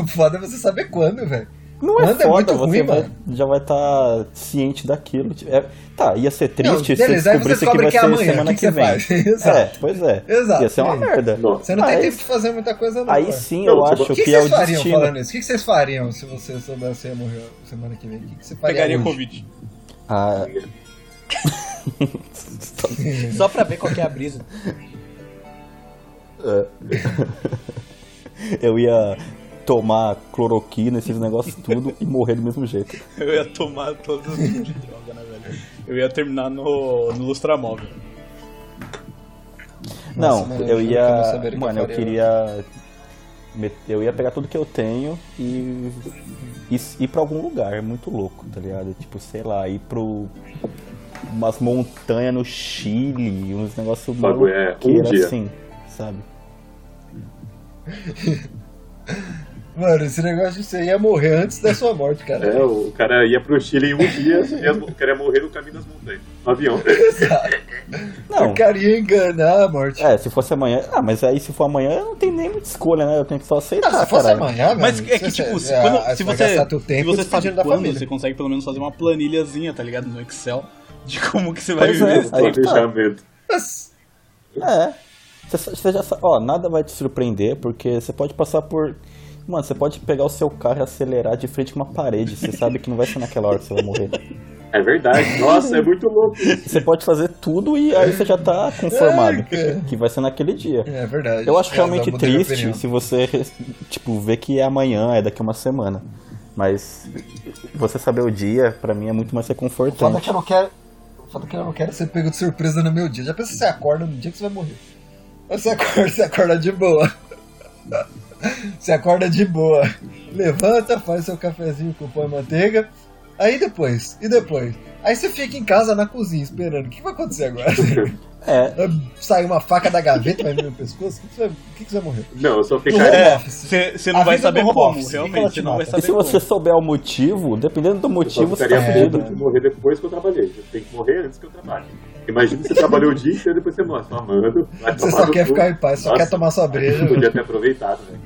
Speaker 2: Foda é você saber quando, velho.
Speaker 1: Não é
Speaker 2: Quando é
Speaker 1: foda,
Speaker 2: muito
Speaker 1: você
Speaker 2: ruim,
Speaker 1: vai-
Speaker 2: mano.
Speaker 1: já vai estar ciente daquilo. tipo, é- tá, ia ser triste
Speaker 2: Não,
Speaker 1: se
Speaker 2: beleza, aí você
Speaker 1: descobrisse que
Speaker 2: descobre
Speaker 1: vai
Speaker 2: que é
Speaker 1: ser
Speaker 2: amanhã,
Speaker 1: semana
Speaker 2: o
Speaker 1: que,
Speaker 2: que que você
Speaker 1: vem.
Speaker 2: faz? Exato.
Speaker 1: É, pois é.
Speaker 2: Exato,
Speaker 1: Ia ser uma
Speaker 2: e aí?
Speaker 1: merda.
Speaker 3: Nossa.
Speaker 2: Você não
Speaker 1: Mas-
Speaker 2: tem tempo de fazer muita coisa, não.
Speaker 1: Aí
Speaker 2: cara.
Speaker 1: sim
Speaker 3: Não,
Speaker 1: eu
Speaker 3: tipo,
Speaker 1: acho
Speaker 2: O
Speaker 1: que,
Speaker 2: que,
Speaker 1: é
Speaker 2: vocês
Speaker 1: o
Speaker 2: fariam
Speaker 1: destino.
Speaker 2: falando isso? O que, que vocês fariam se você soubesse que ia morrer semana que vem? O que, que você faria?
Speaker 4: Pegaria
Speaker 2: hoje?
Speaker 4: Covid.
Speaker 1: Ah,
Speaker 4: Só pra ver qual que é a brisa.
Speaker 1: É. eu ia tomar cloroquina, esses negócios tudo e morrer do mesmo jeito.
Speaker 4: Eu ia tomar todos os tipos de droga, né, velho? Eu ia terminar no, no Lustramóvel.
Speaker 1: Não,
Speaker 2: mano, eu
Speaker 1: eu
Speaker 2: juro que eu não
Speaker 1: ia.
Speaker 2: saberia o que
Speaker 1: mano,
Speaker 2: eu
Speaker 1: eu
Speaker 2: faria,
Speaker 1: queria. met- Eu ia pegar tudo que eu tenho e, e s- ir pra algum lugar é muito louco, tá ligado? Tipo, sei lá, ir pro. umas montanhas no Chile, uns negócios
Speaker 3: Bagulho é um dia.
Speaker 1: assim, sabe?
Speaker 2: Mano, esse negócio de você ia morrer antes da sua morte, cara.
Speaker 3: É, o cara ia pro Chile em um dia e ia- o cara ia morrer no caminho das montanhas. No avião.
Speaker 1: Não,
Speaker 3: É
Speaker 2: O cara ia enganar a morte.
Speaker 1: é, se fosse amanhã. Ah, mas aí se for amanhã eu não tenho nem muita escolha, né? Eu tenho que só aceitar,
Speaker 2: Ah, se fosse
Speaker 1: caralho.
Speaker 2: amanhã,
Speaker 4: Mas
Speaker 2: mano,
Speaker 4: é que,
Speaker 2: você-
Speaker 4: tipo, se,
Speaker 2: é,
Speaker 4: quando-
Speaker 2: aí
Speaker 4: se
Speaker 2: vai
Speaker 4: você,
Speaker 2: gastar teu tempo
Speaker 4: se você sabe
Speaker 2: despedindo da
Speaker 4: quando,
Speaker 2: família.
Speaker 4: você consegue pelo menos fazer uma planilhazinha, tá ligado? No Excel, de como que você vai
Speaker 1: Pois é.
Speaker 4: viver.
Speaker 1: Aí que tá.
Speaker 3: Planejamento.
Speaker 2: Mas-
Speaker 1: É. Você, só- você já sabe. Ó, nada vai te surpreender, porque você pode passar por. Mano, você pode pegar o seu carro e acelerar de frente com uma parede. Você sabe que não vai ser naquela hora que você vai morrer.
Speaker 3: É verdade. Nossa, é muito louco. isso.
Speaker 1: Você pode fazer tudo e aí você já tá conformado que vai ser naquele dia.
Speaker 2: É verdade.
Speaker 1: Eu acho
Speaker 2: É,
Speaker 1: realmente
Speaker 2: eu mudei minha
Speaker 1: triste
Speaker 2: opinião.
Speaker 1: se você, tipo, ver que é amanhã, é daqui a uma semana. Mas você saber o dia, pra mim, é muito mais
Speaker 2: O foda é que
Speaker 1: reconfortante.
Speaker 2: eu não quero. O foda é que eu não quero ser pego de surpresa no meu dia. Já pensa se você acorda no dia que você vai morrer. Mas você acorda, você acorda de boa. Você acorda de boa. Levanta, faz seu cafezinho com pão e manteiga. Aí depois, e depois? Aí você fica em casa na cozinha esperando. O que vai acontecer agora?
Speaker 1: É,
Speaker 2: Sai uma faca da gaveta, vai no meu pescoço? O que que você vai, o que que você vai morrer?
Speaker 3: Não, eu só
Speaker 2: No
Speaker 3: ficaria.
Speaker 2: home
Speaker 4: É,
Speaker 2: office.
Speaker 4: você você não
Speaker 2: A
Speaker 4: vai
Speaker 2: vida
Speaker 4: saber
Speaker 2: do home
Speaker 4: como,
Speaker 2: office, que ela
Speaker 4: realmente.
Speaker 2: te
Speaker 4: Você não vai
Speaker 1: e
Speaker 2: mata.
Speaker 4: saber
Speaker 1: se
Speaker 4: como.
Speaker 1: você souber o motivo, dependendo do
Speaker 3: Eu só
Speaker 1: motivo, você
Speaker 3: ficaria
Speaker 1: tá
Speaker 3: puto
Speaker 1: fudido.
Speaker 3: de morrer depois que eu trabalhei. Eu tenho que morrer antes que eu trabalhe. Imagina você trabalhou o dia inteiro e depois você morre. Só mano. vai
Speaker 2: Você
Speaker 3: tomar
Speaker 2: só
Speaker 3: no
Speaker 2: quer
Speaker 3: cu.
Speaker 2: ficar em paz, só
Speaker 3: Nossa,
Speaker 2: quer tomar sua breja.
Speaker 3: Podia ter aproveitado, né?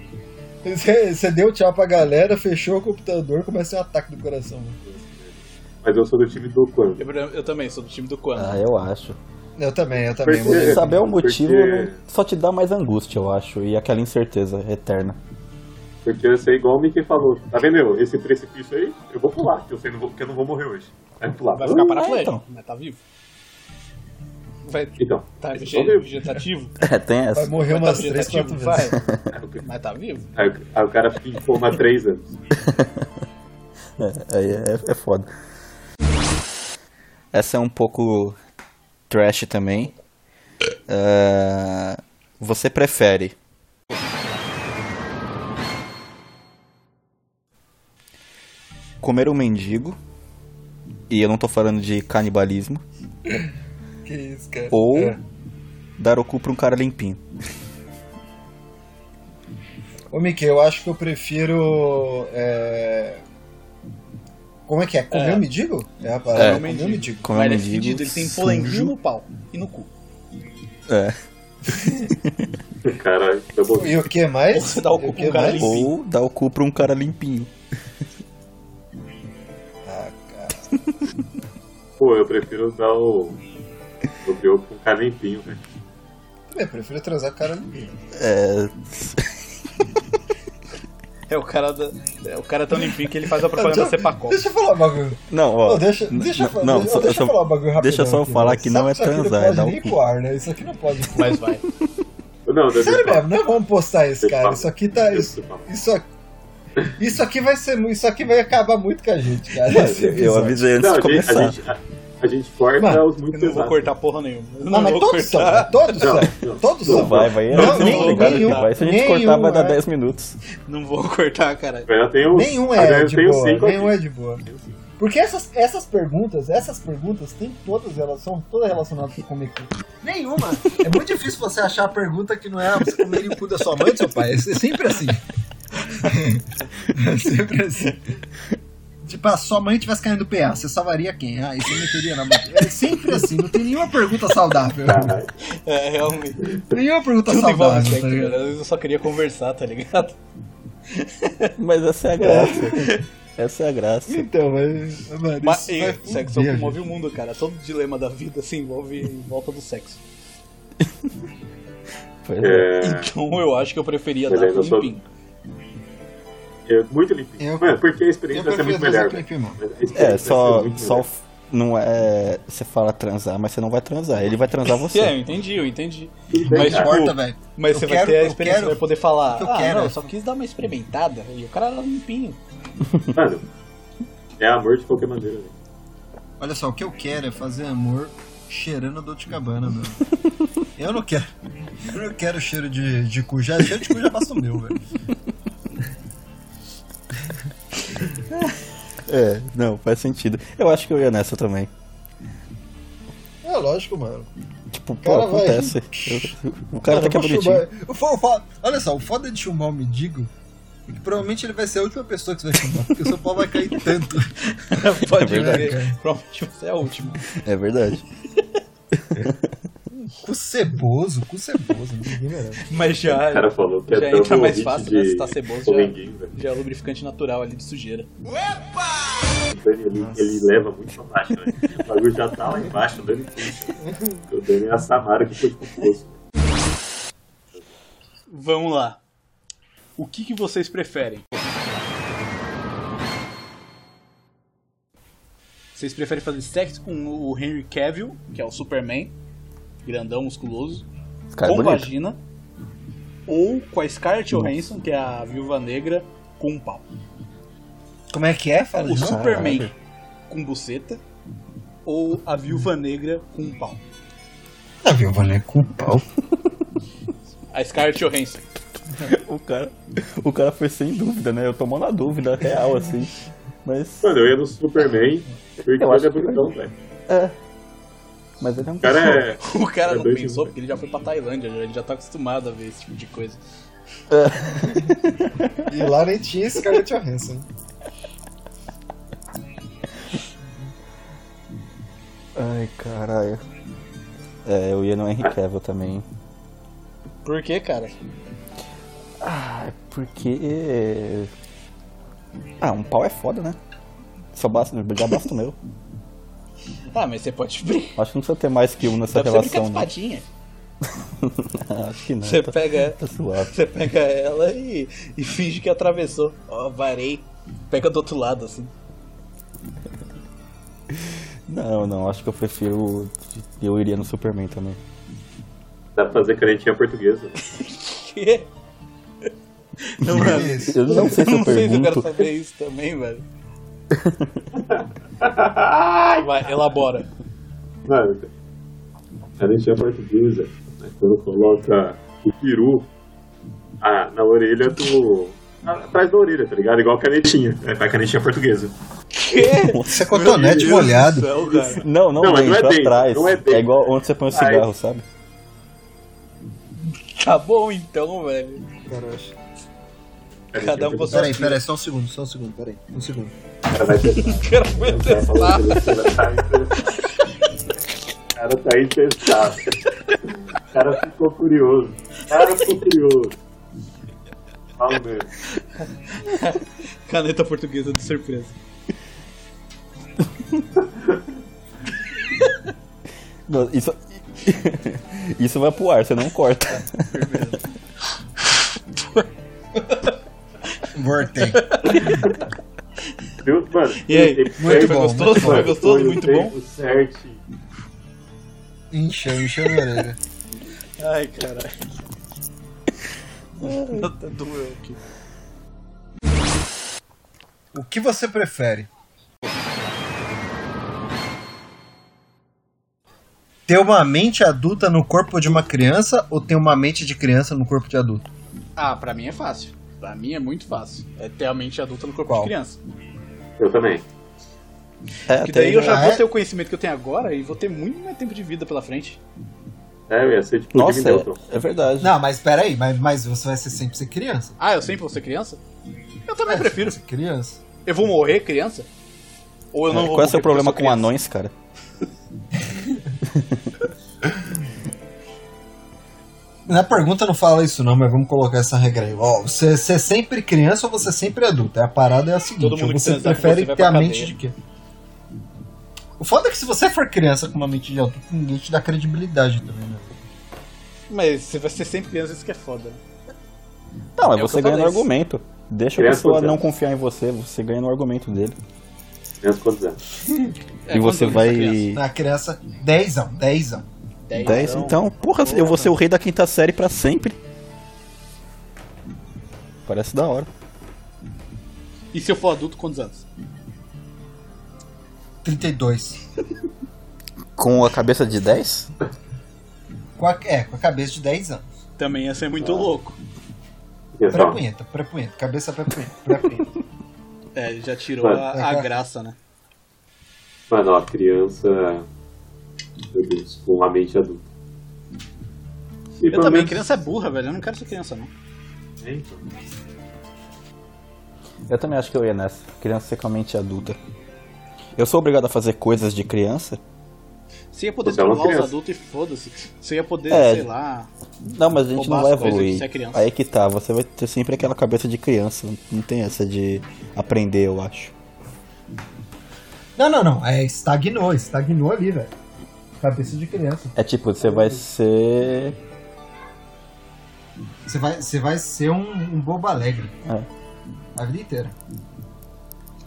Speaker 3: velho.
Speaker 2: Você, você deu tchau pra galera, fechou o computador, começa um ataque do coração.
Speaker 3: Mas eu sou do time do quando.
Speaker 4: Eu, eu também sou do time do Quando.
Speaker 1: Ah, eu acho.
Speaker 2: Eu também, eu também.
Speaker 3: Porque-
Speaker 2: mano.
Speaker 1: Saber o motivo
Speaker 3: Porque-
Speaker 1: não- só te dá mais angústia, eu acho, e aquela incerteza eterna.
Speaker 3: Porque eu sei igual o Mickey falou. Tá vendo eu? Esse precipício aí, eu vou pular, que eu, sei, não vou, que eu não vou morrer hoje. Vai pular.
Speaker 4: Vai ficar
Speaker 1: Hum,
Speaker 4: paraplégico,
Speaker 1: então.
Speaker 4: mas tá vivo. Vai
Speaker 3: Então,
Speaker 4: tá
Speaker 3: eu
Speaker 4: vege-
Speaker 3: tô vivo.
Speaker 4: vegetativo,
Speaker 1: É, tem
Speaker 2: Vai
Speaker 1: essa.
Speaker 2: morrer
Speaker 4: vai tá
Speaker 2: umas três,
Speaker 4: vegetativo,
Speaker 2: quatro
Speaker 4: vai.
Speaker 2: vezes.
Speaker 4: Mas tá vivo.
Speaker 3: aí, o- aí o cara fica em coma há três anos.
Speaker 1: É, é, é- é foda. Essa é um pouco trash também. Ah, você prefere comer um mendigo. E eu não tô falando de canibalismo.
Speaker 2: Que isso, cara.
Speaker 1: Ou
Speaker 2: É.
Speaker 1: dar o cu pra um cara limpinho.
Speaker 2: Ô, Mickey, eu acho que eu prefiro. é, Como é que é? Comer
Speaker 4: É.
Speaker 2: o mendigo? É, a palavra,
Speaker 1: É.
Speaker 2: comer o mendigo.
Speaker 1: Comer
Speaker 4: Mas
Speaker 1: um
Speaker 4: ele é
Speaker 1: mendigo.
Speaker 4: fedido, ele tem
Speaker 1: sujo.
Speaker 4: polenguinho no pau e no cu.
Speaker 1: É.
Speaker 3: Caralho, double
Speaker 2: E o que mais?
Speaker 4: Você dá o cu
Speaker 2: E
Speaker 4: pro cara ali.
Speaker 1: Ou dar o cu pra um cara limpinho.
Speaker 3: Pô, eu prefiro dar o. O brioco com cara limpinho, velho.
Speaker 2: Eu prefiro transar com o cara limpinho.
Speaker 1: É.
Speaker 4: É o cara da... é o cara tão limpinho que ele faz a propaganda da
Speaker 2: Deixa-
Speaker 4: Cepacol.
Speaker 2: Deixa eu falar um bagulho.
Speaker 1: Não, ó.
Speaker 2: Não, deixa, deixa, eu
Speaker 1: n-
Speaker 2: fa-
Speaker 1: não,
Speaker 2: deixa,
Speaker 1: só-
Speaker 2: deixa eu
Speaker 1: só-
Speaker 2: falar um bagulho rápido.
Speaker 1: deixa eu só falar que não é transar, é
Speaker 2: Isso aqui
Speaker 1: dar
Speaker 2: não
Speaker 1: o
Speaker 2: pode nem
Speaker 1: cu.
Speaker 2: pro ar, né? Isso aqui não pode.
Speaker 4: Mas vai.
Speaker 3: Não, deve
Speaker 2: Sério
Speaker 3: ser-
Speaker 2: mesmo, não vamos postar isso, cara. Isso aqui tá. Isso,
Speaker 3: Deve ser-
Speaker 2: isso, aqui- isso aqui vai ser mu- Isso aqui vai acabar muito com a gente, cara. esse
Speaker 1: Eu
Speaker 2: episódio.
Speaker 1: avisei antes
Speaker 3: Não, a
Speaker 1: de
Speaker 3: gente,
Speaker 1: começar.
Speaker 3: a, gente, a, a gente corta
Speaker 2: Mano,
Speaker 3: os muito
Speaker 4: Eu não vou
Speaker 3: pesados.
Speaker 4: cortar porra nenhuma. Eu
Speaker 2: Não,
Speaker 4: Não,
Speaker 2: mas
Speaker 4: vou
Speaker 2: todos são,
Speaker 4: cortar.
Speaker 2: né? todos
Speaker 3: Não,
Speaker 2: são.
Speaker 3: não.
Speaker 2: Todos
Speaker 3: Não
Speaker 2: são.
Speaker 1: Vai, vai.
Speaker 2: Não,
Speaker 1: Não,
Speaker 4: nenhum,
Speaker 1: obrigado que
Speaker 2: nenhum,
Speaker 1: vai. Se a gente
Speaker 2: nenhum,
Speaker 1: cortar, vai dar
Speaker 2: é.
Speaker 1: 10 minutos.
Speaker 4: Não vou cortar, caralho.
Speaker 3: Eu já tenho-
Speaker 2: Nenhum
Speaker 3: agora
Speaker 2: é
Speaker 3: eu
Speaker 2: de
Speaker 3: tenho
Speaker 2: boa.
Speaker 3: cinco
Speaker 2: Nenhum
Speaker 3: aqui.
Speaker 2: é de boa. Porque essas, essas perguntas, essas perguntas, tem todas elas, são todas relacionadas com comer cu. Nenhuma. É muito difícil você achar a pergunta que não é ah, você comeria o cu da sua mãe ou do seu pai. É sempre assim. É sempre assim. Tipo, ah, sua mãe tivesse caindo PA, você salvaria quem? Ah, isso eu meteria na mão. É sempre assim, não tem nenhuma pergunta saudável.
Speaker 3: Caralho.
Speaker 4: É, realmente.
Speaker 2: Nenhuma pergunta
Speaker 4: Tudo igual
Speaker 2: saudável.
Speaker 4: sexo,
Speaker 2: tá ligado?
Speaker 4: cara. Eu só queria conversar, tá ligado?
Speaker 1: Mas essa é a graça. Essa é a graça.
Speaker 2: Então, mas. Mano,
Speaker 4: Mas
Speaker 2: isso
Speaker 4: e,
Speaker 2: vai
Speaker 4: sexo
Speaker 2: fuder,
Speaker 4: move o mundo, cara. Todo dilema da vida se envolve em volta do sexo.
Speaker 1: Pois é.
Speaker 3: É,
Speaker 4: Então eu acho que eu preferia
Speaker 3: Mas
Speaker 4: dar
Speaker 3: aí eu sou-
Speaker 4: limpinho.
Speaker 3: é muito limpinho.
Speaker 2: Eu-
Speaker 3: Mano, porque a experiência
Speaker 2: Eu
Speaker 3: vai ser
Speaker 2: prefiro
Speaker 3: muito
Speaker 2: transar com
Speaker 3: melhor. velho.
Speaker 2: limpinho, mano.
Speaker 3: A experiência
Speaker 1: É,
Speaker 3: vai
Speaker 1: só.
Speaker 3: ser muito
Speaker 1: só
Speaker 3: melhor.
Speaker 1: f- não é. Você fala transar, mas você não vai transar. Ele vai transar você.
Speaker 4: É, eu entendi, eu entendi.
Speaker 3: Tudo
Speaker 1: né?
Speaker 3: bem,
Speaker 4: Mas,
Speaker 3: cara.
Speaker 2: Corta,
Speaker 4: tipo,
Speaker 2: velho.
Speaker 4: mas
Speaker 2: Eu
Speaker 4: você
Speaker 2: quero-
Speaker 4: vai ter a
Speaker 2: eu
Speaker 4: experiência,
Speaker 2: quero-
Speaker 4: vai poder falar,
Speaker 2: o que eu
Speaker 4: ah,
Speaker 2: quero
Speaker 4: não,
Speaker 2: é-
Speaker 4: eu só quis dar uma experimentada. E o cara era limpinho.
Speaker 3: Mano, é amor de qualquer maneira, velho.
Speaker 2: Olha só, o que eu quero é fazer amor cheirando a Dolce Cabana, mano. Eu não quero. Eu não quero cheiro de, de cu. Já, cheiro de cu já passa o meu, velho.
Speaker 1: É, não, faz sentido. Eu acho que eu ia nessa também.
Speaker 2: É lógico, mano.
Speaker 1: Tipo, pô,
Speaker 2: Cara, vai.
Speaker 1: acontece. Eu- o cara tá que é bonitinho.
Speaker 2: O fo- o fo- Olha só, o foda de chumbar o mendigo é que provavelmente ele vai ser a última pessoa que você vai chumbar, porque o seu pau vai cair tanto. É
Speaker 4: Pode
Speaker 1: verdade.
Speaker 4: ver. Provavelmente você é o último.
Speaker 1: É verdade.
Speaker 2: Cu ceboso, cu ceboso, ninguém merece.
Speaker 4: Mas já.
Speaker 3: O cara falou que é
Speaker 4: Já
Speaker 3: tão
Speaker 4: entra mais
Speaker 3: hit
Speaker 4: fácil,
Speaker 3: de
Speaker 4: né? Se tá ceboso, já-
Speaker 3: polenguinho, velho.
Speaker 4: Já é o lubrificante natural ali de sujeira.
Speaker 3: O Dani, ele, ele leva muito pra baixo, velho. O bagulho já tá lá embaixo, o Dani puxa. O Dani é a Samara que foi pro poço.
Speaker 4: Vamos lá. O que, que vocês preferem? Vocês preferem fazer sexo com o Henry Cavill, que é o Superman, grandão, musculoso,
Speaker 1: Esse cara é
Speaker 4: com
Speaker 1: bonito.
Speaker 4: vagina, ou com a Scarlett Johansson, que é a Viúva Negra, com um pau.
Speaker 2: Como é que é? Fala
Speaker 4: O
Speaker 2: de novo.
Speaker 4: Superman com buceta, ou a Viúva Negra com um pau.
Speaker 2: Ah, viu, valeu, com pau.
Speaker 4: A Scarlett Johansson.
Speaker 1: O cara, o cara foi sem dúvida, né? Eu tô mal na dúvida real, assim. Mas.
Speaker 3: Mano, eu ia no Superman, porque
Speaker 1: Eu
Speaker 3: ele
Speaker 1: acho
Speaker 3: é
Speaker 1: que-
Speaker 3: bonitão, velho.
Speaker 1: É. Mas ele é um
Speaker 3: O cara é.
Speaker 4: O cara
Speaker 3: É
Speaker 4: não
Speaker 3: dois
Speaker 4: pensou
Speaker 3: segundos.
Speaker 4: porque ele já foi pra Tailândia, já- ele já tá acostumado a ver esse tipo de coisa.
Speaker 2: E lá nem tinha Scarlett Johansson.
Speaker 3: é-
Speaker 1: Ai, caralho. É, eu ia no Henry Cavill também.
Speaker 4: Por que, cara?
Speaker 1: Ah, porque. Ah, um pau é foda, né? Só basta, já basta o meu.
Speaker 4: Ah, mas você pode brincar.
Speaker 1: Acho que não precisa ter mais que um nessa
Speaker 4: Dá pra você brincar de
Speaker 1: relação, né?
Speaker 4: espadinha.
Speaker 1: Acho que não.
Speaker 4: é Você
Speaker 1: tá-
Speaker 4: pega,
Speaker 1: Tá suave.
Speaker 4: você pega ela e, e finge que atravessou. Ó, varei. Pega do outro lado, assim.
Speaker 1: Não, não, acho que eu prefiro. Eu iria no Superman também.
Speaker 3: Dá pra fazer canetinha portuguesa. velho.
Speaker 4: Que? Não, mano.
Speaker 2: Isso.
Speaker 1: Eu não sei se eu
Speaker 4: Não sei se eu quero
Speaker 1: pergunto.
Speaker 4: saber isso também, velho. Vai, elabora.
Speaker 3: Mano, canetinha portuguesa. Mas quando coloca o peru ah, na orelha do. ah, Atrás da orelha, tá ligado? Igual canetinha. É, faz canetinha portuguesa.
Speaker 4: quê?
Speaker 2: Isso é cotonete
Speaker 4: Meu Deus
Speaker 2: molhado.
Speaker 4: do céu, cara.
Speaker 1: Não, não,
Speaker 3: Não, mas
Speaker 1: dentro,
Speaker 3: não é dentro,
Speaker 1: atrás.
Speaker 3: não é dentro.
Speaker 1: é igual onde você põe o
Speaker 3: Ai.
Speaker 1: cigarro, sabe?
Speaker 4: Tá bom então, velho.
Speaker 2: Cara, eu acho-
Speaker 4: Cada
Speaker 3: é
Speaker 4: um com sua
Speaker 2: Peraí,
Speaker 4: vida.
Speaker 2: peraí, só um segundo, só um segundo, peraí. Um segundo.
Speaker 3: O cara vai testar.
Speaker 4: O cara foi testar.
Speaker 3: O cara falou que ele tá interessado. O cara tá interessado. O cara ficou curioso. O cara ficou curioso. Fala mesmo.
Speaker 4: Caneta portuguesa de surpresa.
Speaker 1: Não, Isso, isso vai pro ar, você não corta.
Speaker 2: Vortem.
Speaker 3: Viu? Mano,
Speaker 4: E aí?
Speaker 3: ele
Speaker 2: Muito
Speaker 3: perde-
Speaker 2: bom,
Speaker 4: gostoso?
Speaker 2: muito bom.
Speaker 4: Foi gostoso?
Speaker 3: o
Speaker 4: Muito bom?
Speaker 3: tempo certinho.
Speaker 2: Encheu, encheu minha orelha.
Speaker 4: Ai, caralho. Tá doeu aqui.
Speaker 2: O que você prefere? Ter uma mente adulta no corpo de uma criança ou ter uma mente de criança no corpo de adulto?
Speaker 4: Ah, pra mim é fácil. Pra mim é muito fácil. É ter a mente adulta no corpo
Speaker 2: Qual?
Speaker 4: de criança.
Speaker 3: Eu também.
Speaker 1: É,
Speaker 4: Porque daí eu já
Speaker 2: Ah,
Speaker 4: vou
Speaker 2: é?
Speaker 4: ter o conhecimento que eu tenho agora e vou ter muito mais tempo de vida pela frente.
Speaker 3: É, eu ia ser tipo o Jimmy
Speaker 1: Nossa,
Speaker 3: Neutron.
Speaker 1: é, é verdade.
Speaker 2: Não, mas peraí, mas, mas você vai ser sempre ser criança.
Speaker 4: Ah, eu sempre vou ser criança? Eu também prefiro.
Speaker 2: Você é criança.
Speaker 4: Eu vou morrer criança? Ou eu não vou
Speaker 1: Qual é o seu
Speaker 4: morrer porque eu
Speaker 1: problema
Speaker 4: sou
Speaker 1: com
Speaker 4: criança?
Speaker 1: anões, cara?
Speaker 2: Na pergunta não fala isso não, mas vamos colocar essa regra aí. Ó, você, você é sempre criança ou você é sempre adulto? A parada é a seguinte,
Speaker 4: Todo mundo
Speaker 2: ou
Speaker 4: que
Speaker 2: você
Speaker 4: transar com
Speaker 2: prefere
Speaker 4: você vai
Speaker 2: ter
Speaker 4: pra
Speaker 2: a mente
Speaker 4: cadeia.
Speaker 2: de quê? O foda é que se você for criança com uma mente de adulto, ninguém te dá credibilidade também, né?
Speaker 4: Mas você vai ser sempre criança, isso que é foda. né?
Speaker 1: Não, mas
Speaker 4: É o que
Speaker 1: você
Speaker 4: eu
Speaker 1: ganha no
Speaker 4: falei.
Speaker 1: argumento. Deixa a
Speaker 3: Criança
Speaker 1: pessoa
Speaker 3: você.
Speaker 1: não confiar em você, você ganha no argumento dele.
Speaker 3: Menos quantos anos?
Speaker 4: É,
Speaker 1: e você
Speaker 4: quando
Speaker 1: vai.
Speaker 4: eu era
Speaker 2: Na criança, dezão, dezão.
Speaker 4: criança?
Speaker 1: 10, então, porra, eu vou ser o rei da quinta série pra sempre. Parece da hora.
Speaker 4: E se eu for adulto, quantos anos?
Speaker 2: 32.
Speaker 1: Com a cabeça de 10?
Speaker 2: Com a, é, com a cabeça de 10 anos.
Speaker 4: Também ia ser muito
Speaker 1: Ah.
Speaker 4: louco.
Speaker 3: Ia
Speaker 2: Pré
Speaker 3: só.
Speaker 2: punheta, pré punheta, cabeça pré punheta, pré punheta.
Speaker 4: É, ele já tirou a, a graça, né?
Speaker 3: Mano, ó, criança. Meu Deus, com uma mente adulta. E
Speaker 4: Eu
Speaker 3: pelo
Speaker 4: também,
Speaker 3: menos-
Speaker 4: criança é burra, velho. Eu não quero ser criança, não.
Speaker 3: É, então.
Speaker 1: Eu também acho que eu ia nessa. Criança ser com a mente adulta. Eu sou obrigado a fazer coisas de criança?
Speaker 4: Você ia poder
Speaker 3: Você é uma
Speaker 4: trollar os
Speaker 3: criança.
Speaker 4: adultos e foda-se. Você ia poder,
Speaker 1: É.
Speaker 4: sei lá.
Speaker 1: Não, mas a gente
Speaker 4: Roubar
Speaker 1: não vai
Speaker 4: as coisas
Speaker 1: evoluir.
Speaker 4: que você é criança.
Speaker 1: Aí que tá, você vai ter sempre aquela cabeça de criança. Não tem essa de aprender, eu acho.
Speaker 2: Não, não, não. É, estagnou, estagnou ali, velho. Cabeça de criança.
Speaker 1: É tipo, você vai ser.
Speaker 2: Você vai, você vai ser um, um bobo alegre.
Speaker 4: É.
Speaker 2: A vida inteira.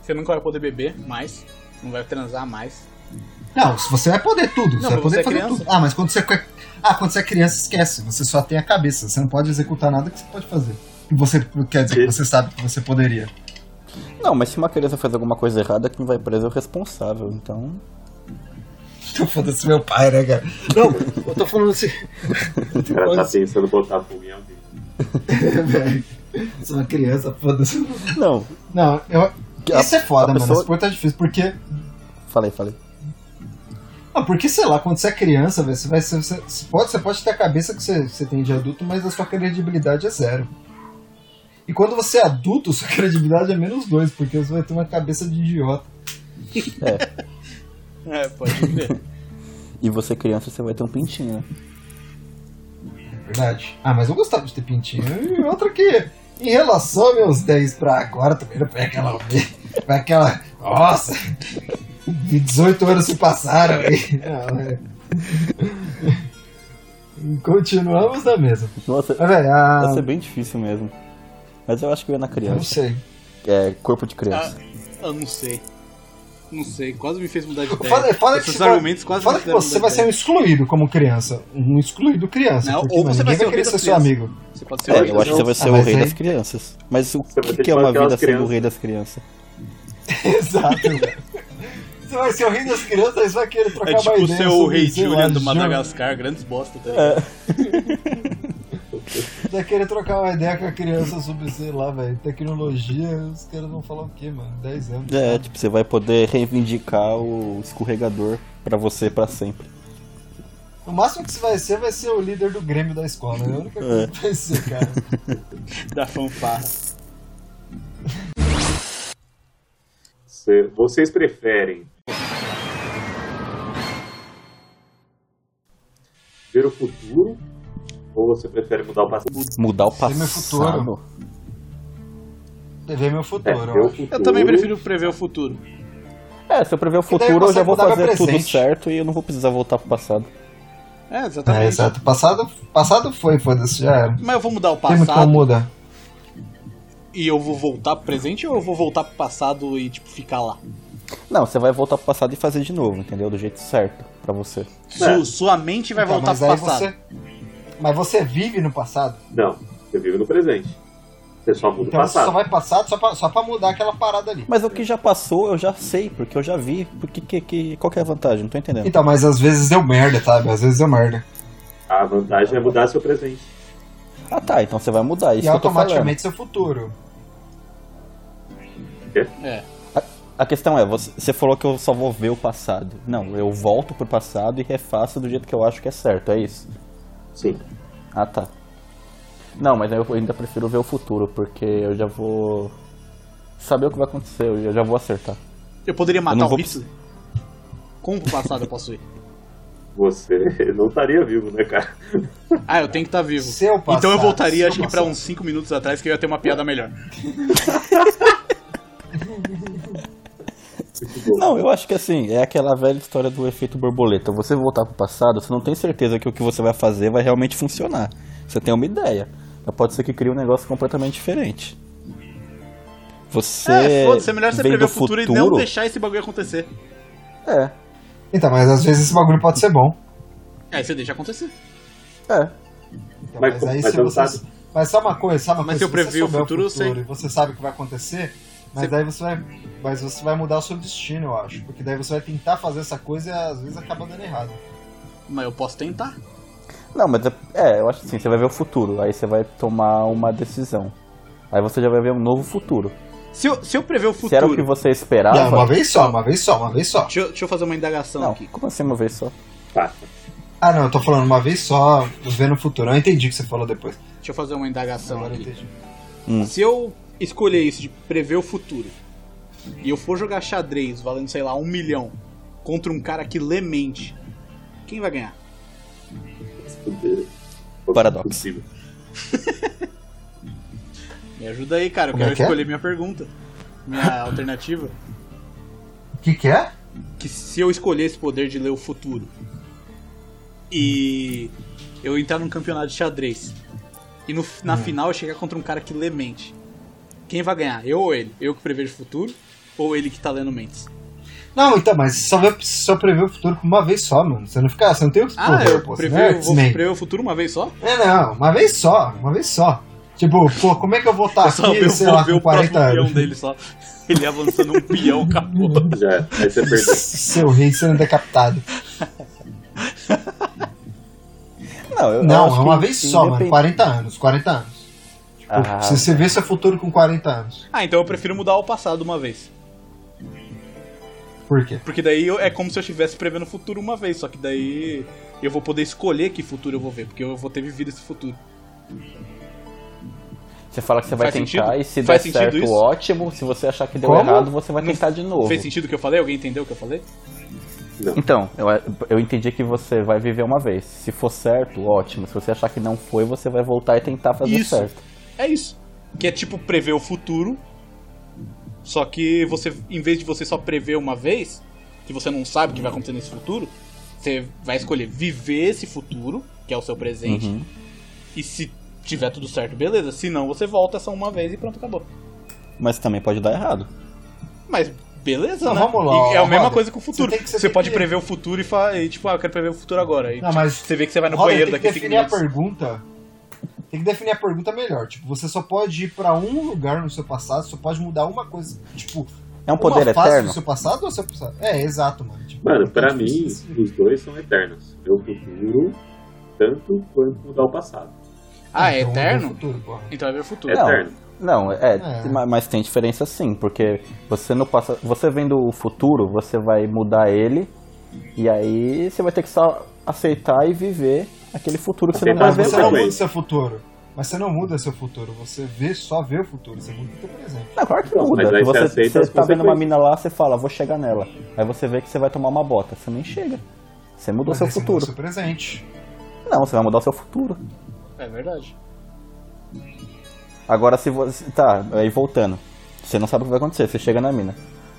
Speaker 4: Você nunca vai poder beber mais. Não vai transar mais.
Speaker 2: Não, se você vai poder tudo.
Speaker 4: Não,
Speaker 2: você vai
Speaker 4: mas
Speaker 2: poder
Speaker 4: você é
Speaker 2: fazer
Speaker 4: criança.
Speaker 2: tudo. Ah, mas quando você. Ah, quando você é criança, esquece. Você só tem a cabeça. Você não pode executar nada que você pode fazer. E você quer dizer que você sabe que você poderia.
Speaker 1: Não, mas se uma criança faz alguma coisa errada, quem vai preso é o responsável. Então.
Speaker 2: Então foda-se meu pai, né, cara? Não, eu tô falando assim.
Speaker 3: O cara tá pensando em botar fogo em alguém.
Speaker 2: velho. Sou uma criança, foda-se.
Speaker 1: Não,
Speaker 2: Não, eu.
Speaker 1: A-
Speaker 2: Isso é foda,
Speaker 1: a
Speaker 2: mano.
Speaker 1: pessoa-
Speaker 2: Esse ponto é difícil, porque.
Speaker 1: falei, falei.
Speaker 2: Ah, porque, sei lá, quando você é criança, velho, você vai ser. Você, você pode, você pode ter a cabeça que você, você tem de adulto, mas a sua credibilidade é zero. E quando você é adulto, sua credibilidade é menos dois, porque você vai ter uma cabeça de idiota.
Speaker 4: É, pode ver.
Speaker 1: E você criança, você vai ter um pintinho, né?
Speaker 2: É verdade. Ah, mas eu gostava de ter pintinho. E outra que. Em relação aos meus 10 pra agora, também não foi aquela. Foi aquela. Nossa! 18 anos se passaram aí. Não, é. Continuamos na mesma.
Speaker 1: Nossa,
Speaker 2: Mas, velho, a-
Speaker 1: vai ser bem difícil mesmo. Mas eu acho que eu ia na
Speaker 2: Não
Speaker 1: criança.
Speaker 2: sei.
Speaker 1: É, corpo de
Speaker 4: Ah,
Speaker 1: criança.
Speaker 4: eu não sei. Não sei, quase me fez mudar de ideia.
Speaker 2: Foda, foda que
Speaker 4: É, Esses
Speaker 2: você,
Speaker 4: argumentos
Speaker 2: vai,
Speaker 4: quase
Speaker 2: foda
Speaker 4: me
Speaker 2: que
Speaker 4: fizeram
Speaker 2: você
Speaker 4: mudar
Speaker 2: vai
Speaker 4: de
Speaker 2: ser um excluído como criança. Um excluído criança.
Speaker 4: Não,
Speaker 2: porque,
Speaker 4: ou
Speaker 2: mano,
Speaker 4: você vai
Speaker 2: ninguém
Speaker 4: ser o rei
Speaker 2: querer
Speaker 4: das
Speaker 2: ser um seu
Speaker 4: crianças.
Speaker 2: amigo.
Speaker 4: Você pode ser o
Speaker 1: É,
Speaker 4: rei
Speaker 1: eu acho que você vai
Speaker 2: Ah,
Speaker 1: ser o
Speaker 2: mas
Speaker 1: rei
Speaker 2: aí-
Speaker 1: das crianças. Mas o
Speaker 3: Você
Speaker 1: que,
Speaker 3: vai ter
Speaker 1: que é
Speaker 3: que
Speaker 1: uma
Speaker 3: bancar
Speaker 1: vida
Speaker 3: as
Speaker 1: sendo o
Speaker 3: crianças.
Speaker 1: rei das crianças?
Speaker 2: Exato, velho. Você vai ser o rei das crianças, eles vão querer trocar
Speaker 4: É tipo
Speaker 2: uma
Speaker 4: o
Speaker 2: ideia
Speaker 4: seu
Speaker 2: sobre,
Speaker 4: Rei
Speaker 2: sei lá,
Speaker 4: Julian do
Speaker 2: jogo.
Speaker 4: Madagascar, grandes bosta, tá ligado?
Speaker 2: Tá querendo trocar uma ideia com a criança sobre, sei lá, velho, tecnologia, os caras vão falar o quê, mano? 10 anos.
Speaker 1: É, tipo, você vai poder reivindicar o escorregador pra você pra sempre.
Speaker 2: O máximo que você vai ser vai ser o líder do Grêmio da escola. É a única coisa que vai ser, cara.
Speaker 4: da fanfarra.
Speaker 3: Cê- Vocês preferem ver o futuro ou você prefere mudar o passado?
Speaker 1: Mudar o
Speaker 2: Esse é meu
Speaker 1: passado.
Speaker 2: futuro. TV é meu
Speaker 3: É,
Speaker 2: futuro,
Speaker 3: ver
Speaker 2: eu
Speaker 3: o
Speaker 2: acho.
Speaker 4: Eu também prefiro prever o futuro.
Speaker 1: É, se eu prever o
Speaker 2: daí
Speaker 1: futuro, eu
Speaker 2: você
Speaker 1: já vou
Speaker 2: mudar pra
Speaker 1: fazer tudo
Speaker 2: presente.
Speaker 1: certo e eu não vou precisar voltar pro passado.
Speaker 4: É, exatamente.
Speaker 2: É, exato. Passado, passado foi, foda-se, já era.
Speaker 4: Mas eu vou mudar o
Speaker 2: Tem muito como
Speaker 4: passado
Speaker 2: mudar.
Speaker 4: e eu vou voltar pro presente ou eu vou voltar pro passado e, tipo, ficar lá?
Speaker 1: Não, você vai voltar pro passado e fazer de novo, entendeu? Do jeito certo pra você.
Speaker 4: Su- sua mente vai
Speaker 2: Tá,
Speaker 4: voltar
Speaker 2: É. mas
Speaker 4: pro
Speaker 2: aí
Speaker 4: passado.
Speaker 2: você. Mas você vive no passado.
Speaker 3: Não, você vive no presente. Você só muda
Speaker 2: Então
Speaker 3: o
Speaker 2: você só
Speaker 3: passado.
Speaker 2: vai passado só pra, só pra mudar aquela parada ali.
Speaker 1: Mas o que já passou, eu já sei, porque eu já vi. Porque, que, que, qual que é a vantagem? Não tô entendendo.
Speaker 2: Então, mas às vezes deu merda, sabe? Às vezes deu merda.
Speaker 1: É
Speaker 3: A vantagem é mudar seu presente.
Speaker 1: Ah tá, então você vai mudar isso.
Speaker 2: e
Speaker 1: que eu tô falando.
Speaker 2: automaticamente seu futuro.
Speaker 4: É.
Speaker 1: A questão é, você, você falou que eu só vou ver o passado. Não, eu volto pro passado e refaço do jeito que eu acho que é certo, é isso.
Speaker 3: Sim.
Speaker 1: Ah tá. Não, mas eu ainda prefiro ver o futuro, porque eu já vou saber o que vai acontecer, eu já vou acertar.
Speaker 4: Eu poderia matar
Speaker 1: não
Speaker 4: o
Speaker 1: vou-
Speaker 4: Hitler? Como pro passado eu posso ir?
Speaker 3: Você não estaria vivo, né, cara?
Speaker 4: Ah, eu tenho que estar vivo.
Speaker 2: Seu passado,
Speaker 4: então eu voltaria,
Speaker 2: seu
Speaker 4: acho que pra uns 5 minutos atrás, que eu ia ter uma piada melhor.
Speaker 1: Não, eu acho que assim, é aquela velha história do efeito borboleta. Você voltar pro passado, você não tem certeza que o que você vai fazer vai realmente funcionar. Você tem uma ideia. Mas pode ser que crie um negócio completamente diferente. Você.
Speaker 4: É, foda-se, é melhor você
Speaker 1: vem
Speaker 4: prever
Speaker 1: do
Speaker 4: o futuro, e não deixar esse bagulho acontecer.
Speaker 1: É,
Speaker 2: Então, mas às vezes esse bagulho pode ser bom.
Speaker 4: Aí você deixa acontecer.
Speaker 1: é.
Speaker 2: Então,
Speaker 3: Mas
Speaker 2: mas,
Speaker 3: como- um
Speaker 2: aí
Speaker 3: mas
Speaker 2: se
Speaker 3: eu
Speaker 2: você.
Speaker 3: sabe.
Speaker 2: Mas só uma coisa, sabe uma
Speaker 4: Mas
Speaker 2: coisa?
Speaker 4: eu previ o
Speaker 2: souber
Speaker 4: futuro, eu sei.
Speaker 2: e você sabe o que vai acontecer, mas
Speaker 4: Você-
Speaker 2: aí você vai. Mas você vai mudar o seu destino, eu acho. Porque daí você vai tentar fazer essa coisa e às vezes acaba dando errado.
Speaker 4: Mas eu posso tentar.
Speaker 1: Não, mas é, é, eu acho assim, você vai ver o futuro, aí você vai tomar uma decisão. Aí você já vai ver um novo futuro.
Speaker 4: Se eu, se eu prever o
Speaker 1: Se era o que
Speaker 4: futuro.
Speaker 1: você
Speaker 3: Ah,
Speaker 1: esperava.
Speaker 2: Não, uma vez só, uma vez só, uma vez só.
Speaker 4: Deixa eu, deixa eu fazer uma indagação
Speaker 1: Não,
Speaker 4: aqui.
Speaker 1: como assim uma vez só?
Speaker 3: Tá.
Speaker 2: Ah, não, eu tô falando uma vez só, vendo o futuro. Eu entendi o que você falou depois.
Speaker 4: Deixa eu fazer uma indagação
Speaker 2: Agora eu
Speaker 4: aqui.
Speaker 2: entendi.
Speaker 4: Se eu escolher isso de prever o futuro e eu for jogar xadrez valendo, sei lá, um milhão contra um cara que lê mente, quem vai ganhar?
Speaker 1: Paradoxo.
Speaker 3: Possível.
Speaker 4: Me ajuda aí, cara. Eu
Speaker 2: Como é
Speaker 4: quero
Speaker 2: que é?
Speaker 4: escolher minha pergunta. Minha alternativa.
Speaker 2: O que, que é?
Speaker 4: Que se eu escolher esse poder de ler o futuro e eu entrar num campeonato de xadrez e no- na
Speaker 2: Hum.
Speaker 4: final eu chegar contra um cara que lê mente, quem vai ganhar? Eu ou ele? Eu que prevejo o futuro ou ele que tá lendo mentes?
Speaker 2: Não, então, mas você só, vê, você só prevê o futuro uma vez só, mano. Você não fica. Você não tem o que
Speaker 4: Ah,
Speaker 2: expor,
Speaker 4: eu
Speaker 2: pô, você não é
Speaker 4: prever, vou
Speaker 2: X-Men.
Speaker 4: prever o futuro uma vez só?
Speaker 2: É, não, uma vez só, uma vez só. Tipo, pô, como é que eu vou estar
Speaker 4: Eu só
Speaker 2: aqui,
Speaker 4: ver,
Speaker 2: sei
Speaker 4: vou
Speaker 2: lá,
Speaker 4: ver
Speaker 2: com
Speaker 4: o próximo
Speaker 2: 40 anos?
Speaker 4: peão dele só. Ele avançando um peão, acabou.
Speaker 3: Já é. Aí você perdeu.
Speaker 2: Seu rei sendo decapitado.
Speaker 1: Não, eu,
Speaker 2: Não,
Speaker 1: eu acho
Speaker 2: é uma
Speaker 1: que
Speaker 2: vez só, mano.
Speaker 1: independ-
Speaker 2: 40 anos, 40 anos. Tipo,
Speaker 1: Ah.
Speaker 2: se você vê seu futuro com 40 anos.
Speaker 4: Ah, então eu prefiro mudar o passado uma vez.
Speaker 2: Por quê?
Speaker 4: Porque daí eu- é como se eu estivesse prevendo o futuro uma vez, só que daí eu vou poder escolher que futuro eu vou ver, porque eu vou ter vivido esse futuro.
Speaker 1: Você fala que você vai
Speaker 4: Faz
Speaker 1: tentar
Speaker 4: sentido?
Speaker 1: e se
Speaker 4: Faz
Speaker 1: der
Speaker 4: sentido
Speaker 1: certo,
Speaker 4: isso?
Speaker 1: ótimo. Se você achar que deu
Speaker 2: Como?
Speaker 1: errado, você vai
Speaker 4: Não
Speaker 1: tentar de novo.
Speaker 4: Fez sentido o que eu falei? Alguém entendeu o que eu falei?
Speaker 1: Então, eu, eu entendi que você vai viver uma vez. Se for certo, ótimo. Se você achar que não foi, você vai voltar e tentar fazer
Speaker 4: Isso.
Speaker 1: certo.
Speaker 4: É isso. Que é tipo prever o futuro. Só que você, em vez de você só prever uma vez, que você não sabe o que vai acontecer nesse futuro, você vai escolher viver esse futuro, que é o seu presente.
Speaker 1: Uhum.
Speaker 4: E se tiver tudo certo, beleza. Se não, você volta só uma vez e pronto, acabou.
Speaker 1: Mas também pode dar errado.
Speaker 4: Mas beleza,
Speaker 2: Não,
Speaker 4: né?
Speaker 2: vamos lá,
Speaker 4: E é a
Speaker 2: ó,
Speaker 4: mesma
Speaker 2: Roda,
Speaker 4: coisa com o futuro.
Speaker 2: você
Speaker 4: Você,
Speaker 2: tem que- você tem
Speaker 4: pode
Speaker 2: que-
Speaker 4: prever o futuro e, fa... e tipo, ah, eu quero prever o futuro agora. E, tipo,
Speaker 2: Não, mas
Speaker 4: Você vê que
Speaker 1: tá
Speaker 4: você vai no
Speaker 2: Roda,
Speaker 4: banheiro
Speaker 2: tem que
Speaker 4: daqui a 5
Speaker 2: definir a
Speaker 4: minutos.
Speaker 2: pergunta. Tem que definir a pergunta melhor. Tipo, você só pode ir pra um lugar no seu passado, só pode mudar uma coisa. Tipo,
Speaker 1: É um poder
Speaker 2: uma fase
Speaker 1: eterno?
Speaker 2: do seu passado ou seu passado? É, exato, mano. Tipo,
Speaker 3: Mano, pra
Speaker 2: é
Speaker 3: mim,
Speaker 2: difícil.
Speaker 3: os dois são eternos. Meu futuro, tanto quanto mudar o passado.
Speaker 4: Ah, é
Speaker 2: Então,
Speaker 4: eterno?
Speaker 2: é o futuro, porra.
Speaker 4: Então é ver o futuro.
Speaker 3: É. Eterno.
Speaker 1: Não, é,
Speaker 7: É.
Speaker 1: ma- mas tem diferença sim, porque você não passa, você vendo o futuro, você vai mudar ele e aí você vai ter que só aceitar e viver aquele futuro que você não
Speaker 3: Aceitar
Speaker 1: vai
Speaker 2: Mas
Speaker 1: ver.
Speaker 2: você não
Speaker 3: Também.
Speaker 2: muda seu futuro. Mas você não muda seu futuro. Você vê, só vê o futuro. Você muda o teu presente.
Speaker 1: Não, claro que
Speaker 3: Não,
Speaker 1: muda.
Speaker 3: mas aí
Speaker 1: Se
Speaker 3: você
Speaker 1: você,
Speaker 3: aceita
Speaker 1: você
Speaker 3: as
Speaker 1: tá vendo uma
Speaker 3: consequências.
Speaker 1: mina lá, você fala, vou chegar nela. Aí você vê que você vai tomar uma bota. Você nem chega. Você mudou
Speaker 2: Mas
Speaker 1: seu
Speaker 2: aí você muda
Speaker 1: futuro.
Speaker 2: seu presente.
Speaker 1: Não, você vai mudar o seu futuro.
Speaker 4: É verdade.
Speaker 1: Agora se você. Tá, aí voltando. Você não sabe o que vai acontecer, você chega na mina.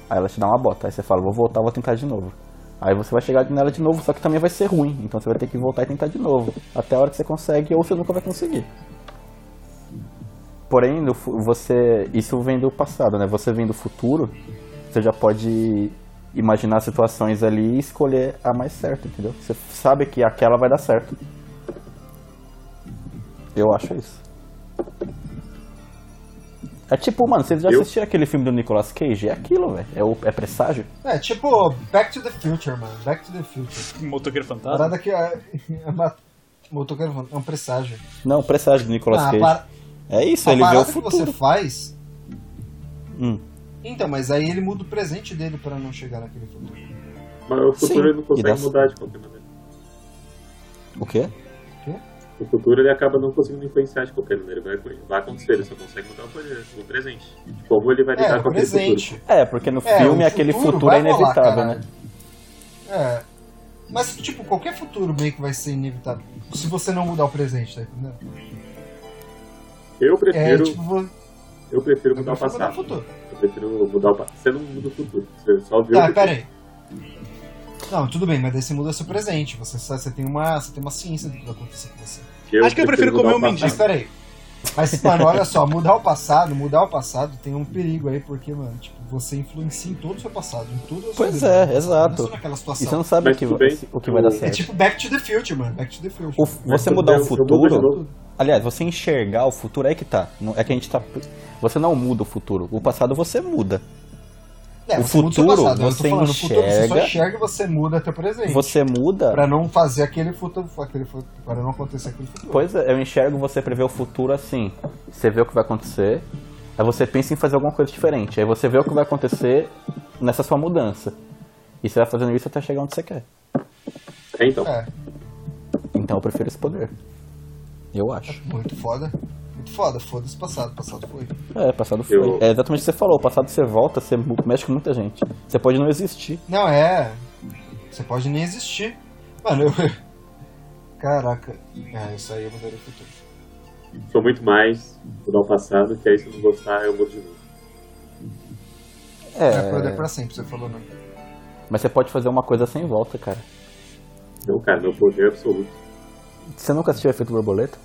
Speaker 1: Aí ela te dá uma bota. Aí você fala, vou voltar, vou tentar de novo. Aí você vai chegar nela de novo, só que também vai ser ruim. Então você vai ter que voltar e tentar de novo. Até a hora que você consegue, ou você nunca vai conseguir. Porém, no fu- você. Isso vem do passado, né? Você vem do futuro, você já pode imaginar situações ali e escolher a mais certa, entendeu? Você sabe que aquela vai dar certo. Eu acho isso. É tipo, mano, vocês já
Speaker 3: Eu-
Speaker 1: assistiram aquele filme do Nicolas Cage? É aquilo, velho. É, o- é presságio.
Speaker 2: É, tipo Back to the Future, mano. Back to the Future.
Speaker 4: Motoqueiro
Speaker 2: A
Speaker 4: fantasma?
Speaker 2: parada que é, é uma... Motoqueiro é um presságio.
Speaker 1: Não, presságio do Nicolas
Speaker 2: Ah, a
Speaker 1: Cage.
Speaker 2: par-
Speaker 1: É isso,
Speaker 2: a
Speaker 1: ele vê
Speaker 2: parada
Speaker 1: o
Speaker 2: que
Speaker 1: futuro.
Speaker 2: você faz...
Speaker 1: Hum.
Speaker 2: Então, mas aí ele muda o presente dele pra não chegar naquele futuro.
Speaker 3: Mas o
Speaker 1: Sim,
Speaker 3: futuro ele
Speaker 1: e
Speaker 3: não
Speaker 1: dá
Speaker 3: consegue
Speaker 1: certo.
Speaker 3: mudar de qualquer maneira.
Speaker 1: O quê?
Speaker 3: O futuro ele acaba não conseguindo influenciar de qualquer maneira. Vai, vai acontecer, ele só consegue mudar o poder, o presente. Como ele vai
Speaker 2: É,
Speaker 3: lidar
Speaker 2: o
Speaker 3: tá com aquele
Speaker 2: presente.
Speaker 3: futuro.
Speaker 1: É, porque no
Speaker 2: É,
Speaker 1: filme
Speaker 2: o
Speaker 1: aquele
Speaker 2: futuro
Speaker 1: futuro é
Speaker 2: vai rolar,
Speaker 1: inevitável,
Speaker 2: caralho.
Speaker 1: né?
Speaker 2: É. Mas, tipo, qualquer futuro meio que vai ser inevitável. Se você não mudar o presente, tá entendendo?
Speaker 3: Eu
Speaker 2: É,
Speaker 3: prefiro,
Speaker 2: tipo, vou-
Speaker 3: eu prefiro
Speaker 2: eu
Speaker 3: mudar
Speaker 2: prefiro mudar
Speaker 3: o
Speaker 2: o
Speaker 3: passado.
Speaker 2: futuro.
Speaker 3: Eu prefiro mudar o passado. Você não muda o futuro. Você só vê
Speaker 2: Tá,
Speaker 3: o
Speaker 2: pera aí. Não, tudo bem, mas daí você muda seu presente. Você, sabe- você, tem, uma, você tem uma ciência do que vai acontecer com você.
Speaker 3: Eu
Speaker 4: Acho que eu prefiro
Speaker 3: mudar
Speaker 4: comer
Speaker 3: o
Speaker 4: um
Speaker 3: passado.
Speaker 2: Mas pera aí. Mas, mano, olha só, mudar o passado, mudar o passado tem um perigo aí, porque, mano, tipo, você influencia em todo o seu passado, em tudo a sua
Speaker 1: Pois
Speaker 2: vida.
Speaker 1: é,
Speaker 2: Não é só
Speaker 1: exato.
Speaker 2: naquela
Speaker 1: E você
Speaker 2: situação.
Speaker 1: não sabe
Speaker 3: Mas
Speaker 1: o que,
Speaker 3: tudo
Speaker 1: vai-
Speaker 3: bem.
Speaker 1: o que vai dar
Speaker 3: É
Speaker 2: É
Speaker 1: certo.
Speaker 2: tipo Back to the Future, mano. Back to the Future.
Speaker 1: O- é você
Speaker 3: Eu-
Speaker 1: mudar
Speaker 3: eu-
Speaker 1: o
Speaker 3: eu mudo de
Speaker 1: futuro.
Speaker 3: novo.
Speaker 1: Aliás, você enxergar o futuro é aí que tá. Não- É que a gente tá. Você não muda o futuro. O passado você muda.
Speaker 2: É,
Speaker 1: o
Speaker 2: você muda seu
Speaker 1: futuro,
Speaker 2: passado, eu tô
Speaker 1: você
Speaker 2: falando, o futuro você só
Speaker 1: enxerga-
Speaker 2: enxerga e você muda teu presente.
Speaker 1: Você muda.
Speaker 2: Pra não fazer aquele futuro. Aquele futuro pra não acontecer aquele futuro.
Speaker 1: Pois é, eu enxergo você prever o futuro assim. Você vê o que vai acontecer, aí você pensa em fazer alguma coisa diferente. Aí você vê o que vai acontecer nessa sua mudança. E você vai fazendo isso até chegar onde você quer.
Speaker 3: É, então.
Speaker 2: É,
Speaker 1: Então eu prefiro esse poder. Eu acho.
Speaker 2: muito foda. Muito foda, foda-se o passado, o passado foi.
Speaker 1: É, passado foi.
Speaker 3: Eu-
Speaker 1: É exatamente o que você falou. Passado você volta, você mu- mexe com muita gente. Você pode não existir.
Speaker 2: Não, é. Você pode nem existir. Mano, eu. Caraca. É, isso aí eu mudaria o futuro. É.
Speaker 3: Sou muito mais mudar o passado, que aí se eu não gostar, eu mudo de novo.
Speaker 2: É, poder
Speaker 1: É.
Speaker 2: pra sempre, você falou, né?
Speaker 1: Mas você pode fazer uma coisa sem volta, cara.
Speaker 3: Não, cara, meu poder é absoluto.
Speaker 1: Você nunca assistiu Efeito Borboleta?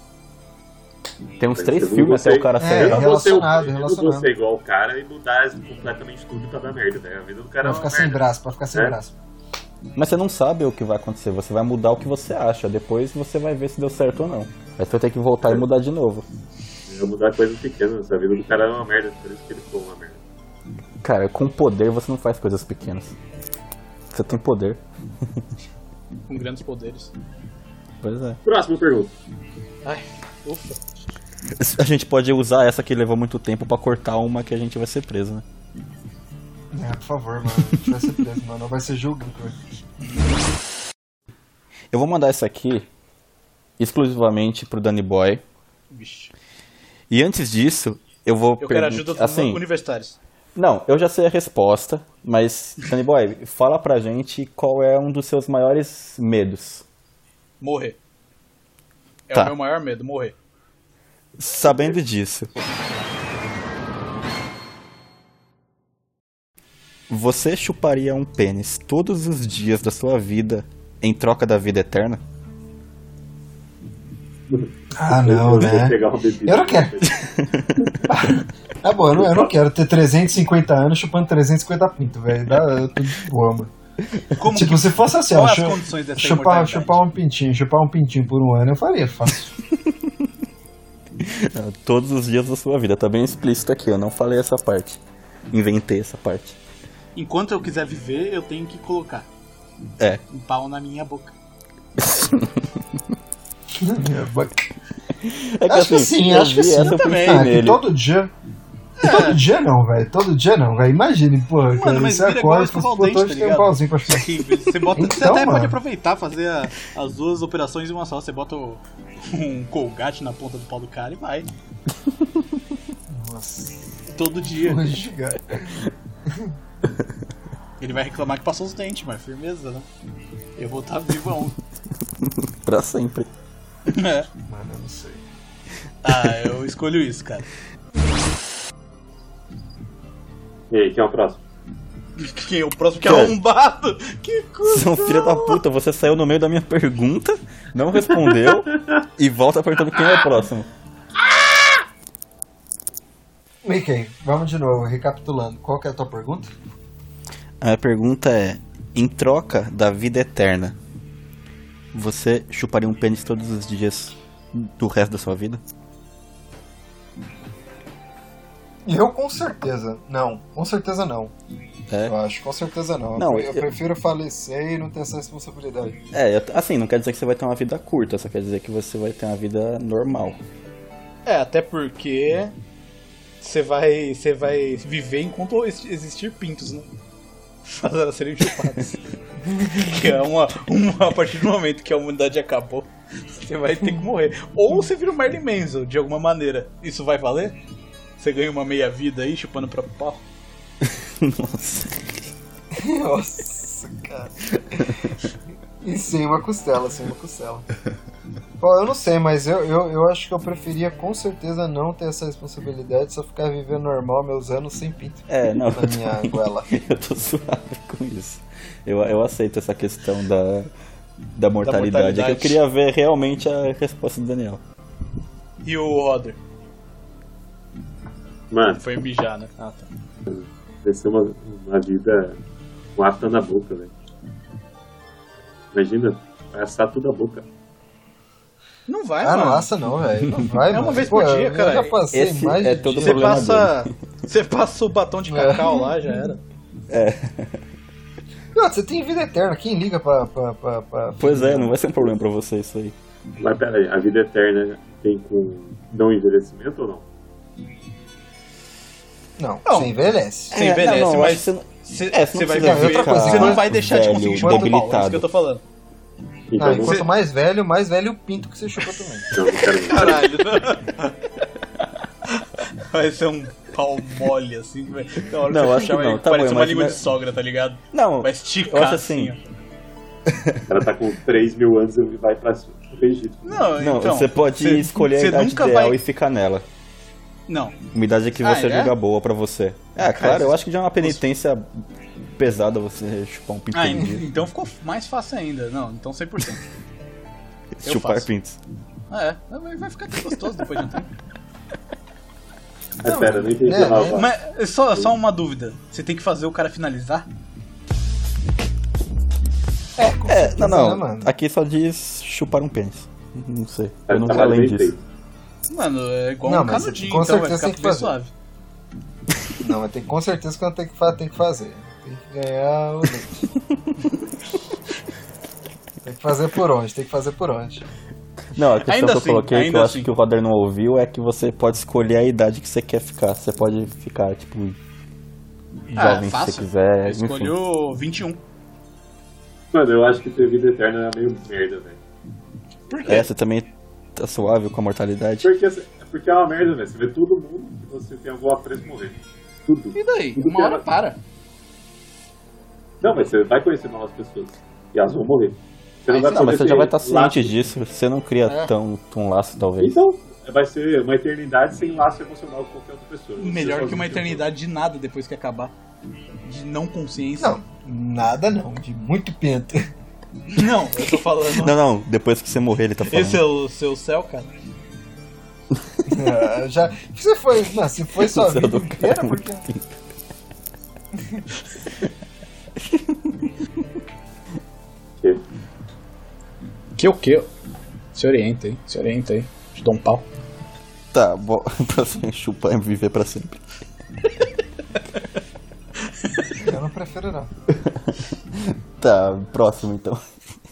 Speaker 1: Tem uns
Speaker 3: Mas
Speaker 1: três
Speaker 3: eu não
Speaker 1: filmes até
Speaker 3: gostei.
Speaker 1: o cara
Speaker 2: É,
Speaker 1: sair.
Speaker 3: não
Speaker 1: lá.
Speaker 3: vou ser o-
Speaker 2: relacionado,
Speaker 3: eu não vou
Speaker 2: relacionado.
Speaker 3: ser igual o cara e mudar assim, completamente tudo pra dar merda, né? A vida do cara
Speaker 2: Pra
Speaker 3: é uma
Speaker 2: ficar sem
Speaker 3: merda.
Speaker 2: braço, pra ficar sem
Speaker 3: É.
Speaker 2: braço.
Speaker 1: Mas você não sabe o que vai acontecer, você vai mudar o que você acha, depois você vai ver se deu certo ou não. Aí você vai ter que voltar e mudar de novo.
Speaker 3: Eu mudar coisas pequenas. A vida do cara é uma merda, por isso que ele ficou uma merda.
Speaker 1: Cara, com poder você não faz coisas pequenas. Você tem poder.
Speaker 4: Com grandes poderes.
Speaker 1: Pois é.
Speaker 3: Próxima pergunta.
Speaker 4: Ai, ufa.
Speaker 1: A gente pode usar essa que levou muito tempo pra cortar uma que a gente vai ser preso, né?
Speaker 2: É, por favor, mano. A gente vai ser preso, mano. Vai ser julgo. então.
Speaker 1: Eu vou mandar essa aqui exclusivamente pro Danny Boy.
Speaker 4: Vixe.
Speaker 1: E antes disso, eu vou
Speaker 4: Eu quero
Speaker 1: pergun-
Speaker 4: ajuda dos
Speaker 1: assim,
Speaker 4: universitários.
Speaker 1: Não, eu já sei a resposta, mas Danny Boy, fala pra gente qual é um dos seus maiores medos.
Speaker 4: Morrer. É
Speaker 1: Tá.
Speaker 4: o meu maior medo, morrer.
Speaker 1: Sabendo disso. Você chuparia um pênis todos os dias da sua vida em troca da vida eterna?
Speaker 2: Ah, não,
Speaker 3: eu vou
Speaker 2: né?
Speaker 3: pegar uma bebida.
Speaker 2: Eu não quero. Tá bom, eu não, eu não quero ter 350 anos chupando 350 pinto, velho. Dá- Eu tô de boa, mano.
Speaker 4: Como
Speaker 2: Tipo,
Speaker 4: que...
Speaker 2: se fosse assim, ó,
Speaker 4: Quais as
Speaker 2: chu-
Speaker 4: condições dessa
Speaker 2: chupar,
Speaker 4: imortalidade?
Speaker 2: chupar um pintinho, chupar um pintinho por um ano, eu faria fácil.
Speaker 1: Todos os dias da sua vida, tá bem explícito aqui, eu não falei essa parte. Inventei essa parte.
Speaker 4: Enquanto eu quiser viver, eu tenho que colocar
Speaker 1: É.
Speaker 4: um pau na minha boca.
Speaker 1: É
Speaker 2: Acho que sim,
Speaker 1: eu
Speaker 2: acho que
Speaker 1: vi
Speaker 2: sim
Speaker 1: essa, eu
Speaker 4: também, É.
Speaker 1: pensei
Speaker 2: Ah, que
Speaker 1: nele.
Speaker 2: todo dia. Todo dia não, velho. Todo dia não, velho. Imagine, porra. cara,
Speaker 4: mas
Speaker 2: você
Speaker 4: vira igual
Speaker 2: acorda e
Speaker 4: escovar
Speaker 2: fala,
Speaker 4: o
Speaker 2: pô,
Speaker 4: dente,
Speaker 2: hoje
Speaker 4: tá
Speaker 2: tem um
Speaker 4: ligado?
Speaker 2: pauzinho pra chupar.
Speaker 4: Sim, você, bota, você
Speaker 2: Então,
Speaker 4: até pode
Speaker 2: mano.
Speaker 4: aproveitar, fazer a- as duas operações em uma só. Você bota o- um colgate na ponta do pau do cara e vai.
Speaker 2: Nossa,
Speaker 4: Todo dia.
Speaker 2: porra, gigante.
Speaker 4: Ele vai reclamar que passou os dentes, mas firmeza, né? Eu vou estar vivão.
Speaker 1: Pra sempre.
Speaker 4: É.
Speaker 2: Mano, eu não sei.
Speaker 4: Ah, eu escolho isso, cara.
Speaker 3: E aí, quem é o próximo?
Speaker 4: Quem é o próximo que é arrombado? Que coisa.
Speaker 1: São filha da puta, você saiu no meio da minha pergunta, não respondeu e volta perguntando quem é o próximo.
Speaker 2: Mickey, vamos de novo, recapitulando. Qual que é a tua pergunta?
Speaker 1: A pergunta é: em troca da vida eterna, você chuparia um pênis todos os dias do resto da sua vida?
Speaker 2: Eu com certeza não. Com certeza não.
Speaker 1: É.
Speaker 2: Eu acho, com certeza não.
Speaker 1: Não,
Speaker 4: é-
Speaker 2: eu,
Speaker 1: eu-
Speaker 2: prefiro falecer e não ter essa responsabilidade.
Speaker 1: É, eu- assim, não quer dizer que você vai ter uma vida curta, só quer dizer que você vai ter uma vida normal.
Speaker 4: É, até porque você vai, você vai viver enquanto ex- existir pintos, né? Fazer elas serem chupadas. que é uma, uma- a partir do momento que a humanidade acabou, você vai ter que morrer. Ou você vira o Merlin Manson, de alguma maneira. Isso vai valer? Você ganha uma meia vida aí chupando pra pau?
Speaker 1: Nossa.
Speaker 2: Nossa, cara. E sem uma costela, sem uma costela. Bom, eu não sei, mas eu, eu, eu acho que eu preferia com certeza não ter essa responsabilidade, só ficar vivendo normal meus anos sem pinto
Speaker 1: É, não,
Speaker 2: na
Speaker 1: eu
Speaker 2: minha
Speaker 1: também.
Speaker 2: goela.
Speaker 1: Eu tô suave com isso. Eu, eu aceito essa questão da, da mortalidade. É que eu
Speaker 4: mortalidade.
Speaker 1: queria ver realmente a resposta do Daniel.
Speaker 4: E o Roder?
Speaker 3: Mano,
Speaker 4: Foi mijar, né? Ah, tá.
Speaker 3: deve ser uma, uma vida com afta na boca, velho. Imagina, vai assar tudo a boca.
Speaker 4: Não vai,
Speaker 2: Ah,
Speaker 4: mano.
Speaker 2: não laça não, velho. Não vai,
Speaker 4: É uma
Speaker 2: mano.
Speaker 4: vez por dia,
Speaker 2: eu
Speaker 4: cara.
Speaker 2: já passei
Speaker 1: Esse
Speaker 2: mais
Speaker 1: é
Speaker 2: de
Speaker 1: todo
Speaker 2: dia.
Speaker 4: Você
Speaker 1: problema
Speaker 4: passa, você passa o batom de cacau
Speaker 2: É.
Speaker 4: lá, já era.
Speaker 1: É.
Speaker 2: Não, você tem vida eterna, quem liga pra. pra, pra, pra-
Speaker 1: Pois é, não vai ser um problema pra você isso aí.
Speaker 3: Mas peraí, a vida eterna tem com não envelhecimento ou não?
Speaker 2: Não,
Speaker 4: Não.
Speaker 2: você envelhece.
Speaker 4: Você
Speaker 1: É,
Speaker 4: envelhece,
Speaker 1: não, não,
Speaker 4: mas
Speaker 1: acho que você
Speaker 4: Você
Speaker 1: É, você não
Speaker 4: você vai
Speaker 1: precisa
Speaker 4: viver,
Speaker 2: ficar
Speaker 4: você não vai deixar de
Speaker 1: velho,
Speaker 4: conseguir chupar do pau, é isso que eu tô falando.
Speaker 3: Então,
Speaker 2: Ah,
Speaker 3: não,
Speaker 2: enquanto
Speaker 4: você-
Speaker 2: mais velho, mais velho o pinto que você chupa também.
Speaker 3: não, não quero não.
Speaker 4: Caralho. Vai ser um pau mole, assim. vai- Na hora
Speaker 1: Não,
Speaker 4: você
Speaker 1: acho
Speaker 4: puxar,
Speaker 1: que
Speaker 4: vai-
Speaker 1: não, tá
Speaker 4: parece
Speaker 1: bom,
Speaker 4: uma língua
Speaker 1: imagina-
Speaker 4: de sogra, tá ligado?
Speaker 1: Não,
Speaker 4: Vai
Speaker 1: eu
Speaker 4: esticar
Speaker 1: acho
Speaker 4: assim.
Speaker 1: assim.
Speaker 4: ó.
Speaker 3: O cara tá com 3 mil anos e vai pra pro Egito.
Speaker 4: Não,
Speaker 1: Não,
Speaker 4: então,
Speaker 1: você pode
Speaker 4: você-
Speaker 1: escolher a
Speaker 4: você
Speaker 1: idade
Speaker 4: nunca
Speaker 1: ideal
Speaker 4: vai-
Speaker 1: e ficar nela.
Speaker 4: Não,
Speaker 1: Uma idade que
Speaker 4: Ah,
Speaker 1: você
Speaker 4: é? Ah,
Speaker 1: julga boa pra você. É, claro, eu acho que já é uma penitência pesada você chupar um pinto
Speaker 4: ah,
Speaker 1: todo dia.
Speaker 4: então ficou mais fácil ainda. Não, então 100%. eu
Speaker 1: Chupar
Speaker 4: faço.
Speaker 1: pintos.
Speaker 4: Ah, é, vai- vai ficar gostoso depois de um tempo.
Speaker 3: Ah, pera, não entendi
Speaker 2: né,
Speaker 3: a
Speaker 2: né?
Speaker 3: nova.
Speaker 4: é, Mas só, só uma dúvida. Você tem que fazer o cara finalizar?
Speaker 1: É, não,
Speaker 2: né,
Speaker 1: não.
Speaker 2: mano?
Speaker 1: Aqui só diz chupar um pênis. Não sei.
Speaker 3: Ah,
Speaker 1: Eu não
Speaker 3: tá,
Speaker 1: vou além
Speaker 3: nem
Speaker 1: disso.
Speaker 3: sei.
Speaker 4: Mano, é igual
Speaker 2: Não,
Speaker 4: um
Speaker 2: mas
Speaker 4: canudinho,
Speaker 2: com
Speaker 4: então vai
Speaker 2: certeza
Speaker 4: ficar
Speaker 2: tem que
Speaker 4: bem
Speaker 2: fazer.
Speaker 4: suave.
Speaker 2: Não, mas tem, com certeza que eu tenho que, fa- tem que fazer. Tem que ganhar o leite. tem que fazer por onde, tem que fazer por onde.
Speaker 1: Não, a questão
Speaker 4: Ainda
Speaker 1: que eu
Speaker 4: assim,
Speaker 1: coloquei, que
Speaker 4: ainda
Speaker 1: eu
Speaker 4: assim.
Speaker 1: acho que o Roder não ouviu, é que você pode escolher a idade que você quer ficar. Você pode ficar, tipo,
Speaker 4: Ah, É,
Speaker 1: jovem se você quiser.
Speaker 4: Eu
Speaker 1: enfim.
Speaker 4: escolhi o 21.
Speaker 3: Mano, eu acho que ter vida eterna é meio merda, velho.
Speaker 4: Por quê?
Speaker 1: Essa também tá suave com a mortalidade.
Speaker 3: Porque, porque é uma merda, velho. Você vê todo mundo que você tem algum apreço morrer. Tudo.
Speaker 4: E daí? Uma hora para.
Speaker 3: Não, mas você vai conhecer novas pessoas. E elas vão morrer. Você
Speaker 4: Ah,
Speaker 3: vai
Speaker 1: Não, mas
Speaker 3: poder
Speaker 1: você já
Speaker 3: ter
Speaker 1: vai estar ciente
Speaker 3: laço.
Speaker 1: disso. Você não cria
Speaker 4: É.
Speaker 1: tão, tão laço, talvez.
Speaker 3: Então, vai ser uma eternidade sem laço emocional com qualquer outra pessoa. Você
Speaker 4: Melhor
Speaker 3: só
Speaker 4: que uma
Speaker 3: vive um
Speaker 4: eternidade de nada depois que acabar. De não consciência.
Speaker 2: Não, nada não, de muito pinto.
Speaker 4: Não, eu tô falando.
Speaker 1: Não, não, depois que você morrer, ele tá falando.
Speaker 4: Esse é o seu céu, cara.
Speaker 2: Ah, já, você foi, não, se foi sua
Speaker 1: Céu
Speaker 2: vida
Speaker 1: é do cara,
Speaker 2: inteira,
Speaker 1: muito
Speaker 2: porque
Speaker 3: tempo.
Speaker 4: Que o que? Se orienta aí, se orienta aí. Te dou um pau.
Speaker 1: Tá, bom, pra você chupar e viver pra sempre.
Speaker 2: eu não prefiro não.
Speaker 1: Tá, próximo então.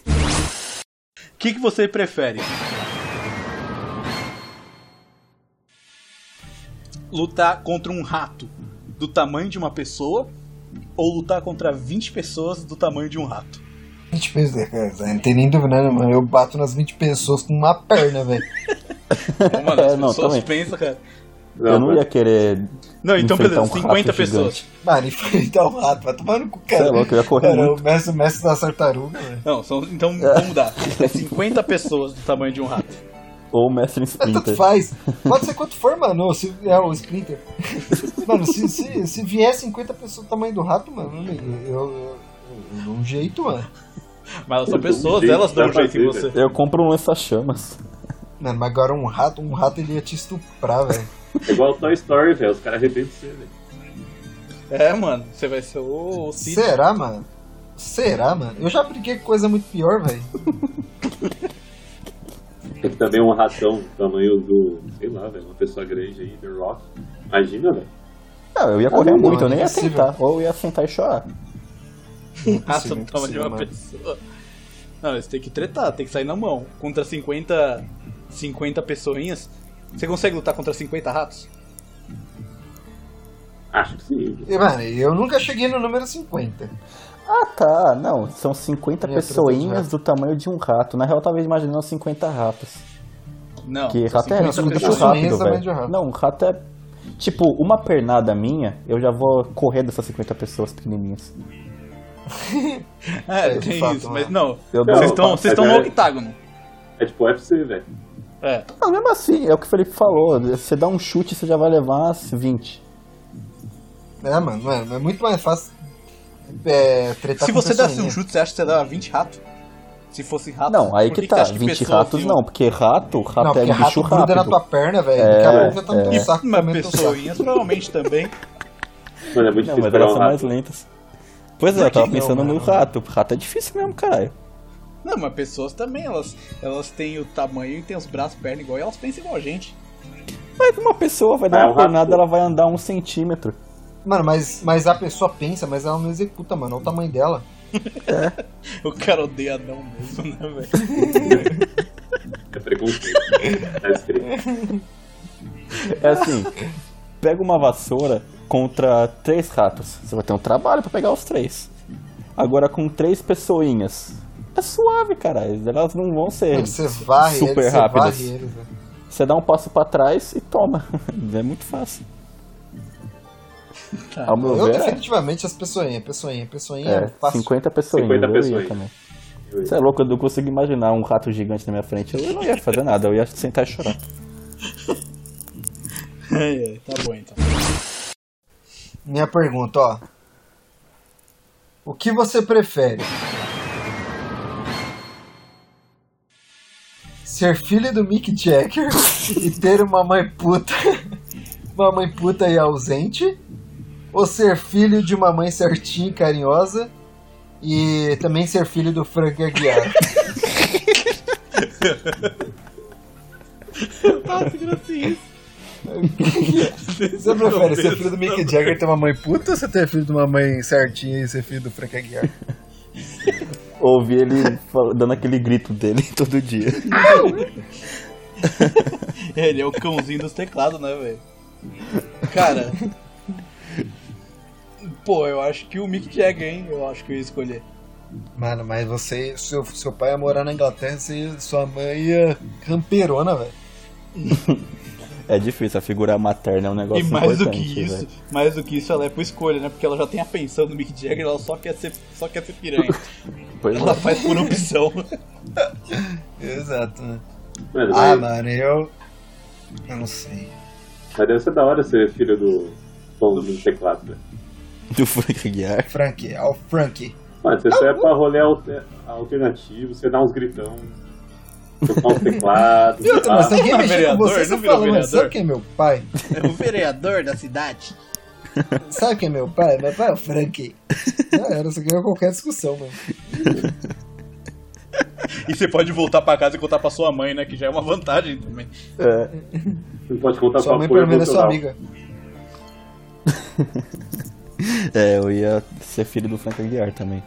Speaker 4: O que, que você prefere? lutar contra um rato do tamanho de uma pessoa ou lutar contra 20 pessoas do tamanho de um rato?
Speaker 2: 20 pessoas, cara, não tem nem dúvida, né, mano? Eu bato nas 20 pessoas com uma perna, velho.
Speaker 4: Então, mano, as
Speaker 1: É, não,
Speaker 4: pessoas
Speaker 1: também.
Speaker 4: pensam, cara.
Speaker 1: eu não ia querer.
Speaker 4: Não, então
Speaker 1: Enfrentar
Speaker 4: beleza,
Speaker 1: um
Speaker 4: 50
Speaker 1: rato
Speaker 4: pessoas.
Speaker 2: Mano, enfrentar o rato, vai tomar no cu,
Speaker 1: Você
Speaker 2: cara.
Speaker 1: é louco, eu ia correr
Speaker 2: Cara,
Speaker 1: muito.
Speaker 2: o mestre, o mestre da tartaruga, velho.
Speaker 4: Não, são, então vamos mudar. É 50 pessoas do tamanho de um rato.
Speaker 1: Ou o mestre em
Speaker 2: Mas
Speaker 1: Splinter.
Speaker 2: tanto Tá faz. Pode ser quanto for, mano. Se, é o Splinter. mano, se, se, se vier 50 pessoas do tamanho do rato, mano, eu, eu, eu, eu dou um jeito, mano.
Speaker 4: Mas elas são
Speaker 3: Eu dou um
Speaker 4: pessoas,
Speaker 3: jeito,
Speaker 4: elas dão
Speaker 3: dá
Speaker 4: um jeito em
Speaker 3: pra ver,
Speaker 4: você.
Speaker 1: Eu compro um lança-chamas.
Speaker 2: Mano, mas agora um rato, um rato ele ia te estuprar, velho.
Speaker 3: É igual Toy Story, velho. Os caras arrebentam você, velho.
Speaker 4: É, mano, você vai ser o, o Cid.
Speaker 2: Será, mano? Será, mano? Eu já briguei com coisa muito pior, velho.
Speaker 3: Tem também um ratão do tamanho do, sei lá, velho, uma pessoa grande aí, The Rock. Imagina, velho.
Speaker 1: Não, eu ia correr
Speaker 2: Ah, não,
Speaker 1: muito,
Speaker 2: não,
Speaker 1: eu nem ia
Speaker 2: impossível.
Speaker 1: sentar. Ou eu ia sentar e chorar.
Speaker 4: rato do tamanho de uma
Speaker 2: mano.
Speaker 4: pessoa. Não, você tem que tretar, tem que sair na mão. Contra 50. 50 pessoinhas. Você consegue lutar contra 50 ratos?
Speaker 3: Acho que sim. velho.
Speaker 2: E, mano, eu nunca cheguei no número 50.
Speaker 1: Ah tá, não. São 50
Speaker 2: Minha
Speaker 1: pessoinhas
Speaker 2: troca de
Speaker 1: do tamanho de um rato. Na real, eu tava imaginando 50 ratos.
Speaker 4: Não.
Speaker 1: Que
Speaker 4: são
Speaker 1: rato é, rato é um
Speaker 4: 50
Speaker 1: bicho
Speaker 4: pessoas.
Speaker 2: pessoas. Sim,
Speaker 1: rápido,
Speaker 2: tamanho de um
Speaker 1: velho.
Speaker 2: rato.
Speaker 1: Não, um rato é. Tipo, uma pernada minha, eu já vou correr dessas 50 pessoas pequenininhas.
Speaker 4: É,
Speaker 2: É, de
Speaker 4: tem
Speaker 2: fato,
Speaker 1: né?
Speaker 4: isso,
Speaker 2: não
Speaker 4: mas
Speaker 2: é.
Speaker 4: não.
Speaker 1: Eu dou-
Speaker 4: Vocês estão
Speaker 3: Não,
Speaker 4: vocês estão
Speaker 3: mas
Speaker 4: no
Speaker 3: é-
Speaker 4: octágono.
Speaker 3: É tipo UFC, velho.
Speaker 4: É.
Speaker 1: Mas mesmo assim, é o que o Felipe falou. Você dá um chute, você já vai levar as 20.
Speaker 2: É, mano, mano, é muito mais fácil é, tretar
Speaker 4: Se
Speaker 2: com
Speaker 4: você desse um
Speaker 2: pessoinha.
Speaker 4: chute, você acha que você dava 20 ratos? Se fosse rato.
Speaker 1: Não, aí
Speaker 4: por
Speaker 1: que,
Speaker 4: você
Speaker 1: tá.
Speaker 4: acha assim
Speaker 1: 20
Speaker 4: pessoas
Speaker 1: ratos
Speaker 4: iam-
Speaker 1: não, porque rato, rato
Speaker 2: Não,
Speaker 1: é um
Speaker 2: porque
Speaker 1: bicho
Speaker 2: rato gruda na
Speaker 1: rápido.
Speaker 2: tua perna, velho.
Speaker 1: É,
Speaker 2: Daqui a pouco já tá no
Speaker 1: é.
Speaker 2: teu saco,
Speaker 4: Mas
Speaker 2: comendo teu saco.
Speaker 4: pessoinhas provavelmente também.
Speaker 3: Mano, é
Speaker 1: Não,
Speaker 3: muito difícil
Speaker 1: mas
Speaker 3: pegar
Speaker 1: elas
Speaker 3: um
Speaker 1: são mais
Speaker 3: rato.
Speaker 1: lentas. Pois é, eu
Speaker 2: que
Speaker 1: tava
Speaker 2: não,
Speaker 1: pensando no
Speaker 2: mano?
Speaker 1: rato. Rato é difícil mesmo, caralho.
Speaker 4: Não, mas pessoas também, elas, elas têm o tamanho e têm os braços, perna igual, e elas pensam igual a gente.
Speaker 1: Mas uma pessoa vai
Speaker 3: Ah,
Speaker 1: dar
Speaker 3: é um
Speaker 1: uma
Speaker 3: rato.
Speaker 1: pernada, ela vai andar um centímetro.
Speaker 2: Mano, mas, mas a pessoa pensa, mas ela não executa, mano. Olha o tamanho dela.
Speaker 4: O cara odeia não mesmo, né, velho?
Speaker 3: É preconceito. tá escrito.
Speaker 1: É assim, pega uma vassoura contra três ratos. Você vai ter um trabalho pra pegar os três. Agora com três pessoinhas. É suave, cara. Elas não vão ser.
Speaker 2: Mano, você varre
Speaker 1: super
Speaker 2: eles, você
Speaker 1: rápidas.
Speaker 2: varre eles, velho.
Speaker 1: Você dá um passo pra trás e toma. É muito fácil. Ao meu
Speaker 2: Tá. Eu,
Speaker 1: ver, é.
Speaker 2: definitivamente, as pessoinhas, pessoinha, pessoinha,
Speaker 1: é,
Speaker 2: fácil.
Speaker 1: 50 pessoinhas.
Speaker 3: 50
Speaker 1: eu ia
Speaker 3: pessoinhas.
Speaker 1: também.
Speaker 3: Eu ia.
Speaker 1: Você é louco, eu não consigo imaginar um rato gigante na minha frente. Eu não ia fazer nada, eu ia sentar e chorar. É,
Speaker 4: Ai, ai, tá bom então.
Speaker 2: Minha pergunta, ó. O que você prefere? Ser filho do Mick Jagger e ter uma mãe puta, uma mãe puta e ausente? Ou ser filho de uma mãe certinha e carinhosa e também ser filho do Frank Aguiar?
Speaker 4: Ah, você assim isso.
Speaker 2: Você prefere ser filho do Mick Jagger e ter uma mãe puta ou você ter filho de uma mãe certinha e ser filho do Frank Aguiar?
Speaker 1: Ouvi ele fal- dando aquele grito dele todo dia.
Speaker 4: Ele é o cãozinho dos teclados, né, velho? Cara. Pô, eu acho que o Mick Jagger, hein? Eu acho que eu ia escolher.
Speaker 2: Mano, mas você, seu, seu pai ia morar na Inglaterra, você, sua mãe ia camperona, velho.
Speaker 1: É difícil, a figura materna é um negócio
Speaker 4: e mais do
Speaker 1: importante,
Speaker 4: que isso,
Speaker 1: velho.
Speaker 4: mais do que isso, ela é por escolha, né? Porque ela já tem a pensão do Mick Jagger, ela só quer ser, só quer ser piranha.
Speaker 1: Pois
Speaker 4: Ela
Speaker 1: é.
Speaker 4: faz por opção.
Speaker 2: Exato, né?
Speaker 3: Mano,
Speaker 2: Ah,
Speaker 3: mas,
Speaker 2: mano, eu. Eu não sei.
Speaker 3: mas deve ser da hora ser filho do pão do teclado, velho.
Speaker 1: Do Frank Aguiar.
Speaker 2: Frank, é o Frank.
Speaker 3: Mano, você só é pra rolê alter- alternativo, você dá uns gritão, tocar uns teclados.
Speaker 2: Eu também, mas
Speaker 3: pá.
Speaker 2: ninguém
Speaker 4: não é
Speaker 2: mexer com
Speaker 4: vereador,
Speaker 2: você,
Speaker 4: não
Speaker 2: você
Speaker 4: virou
Speaker 2: fala, mano,
Speaker 4: vereador.
Speaker 2: sabe quem é meu pai?
Speaker 4: É o vereador da cidade.
Speaker 2: Sabe quem é meu pai? Meu pai é o Frank. Já era, você ganhou é qualquer discussão, mano.
Speaker 4: E você pode voltar pra casa e contar pra sua mãe, né? Que já é uma vantagem também.
Speaker 1: É,
Speaker 3: Não pode contar
Speaker 4: Tá
Speaker 2: Sua
Speaker 3: pra
Speaker 2: mãe
Speaker 3: apoio
Speaker 2: pelo menos é sua
Speaker 3: cultural.
Speaker 2: amiga.
Speaker 1: é, eu ia ser filho do Frank Aguiar também.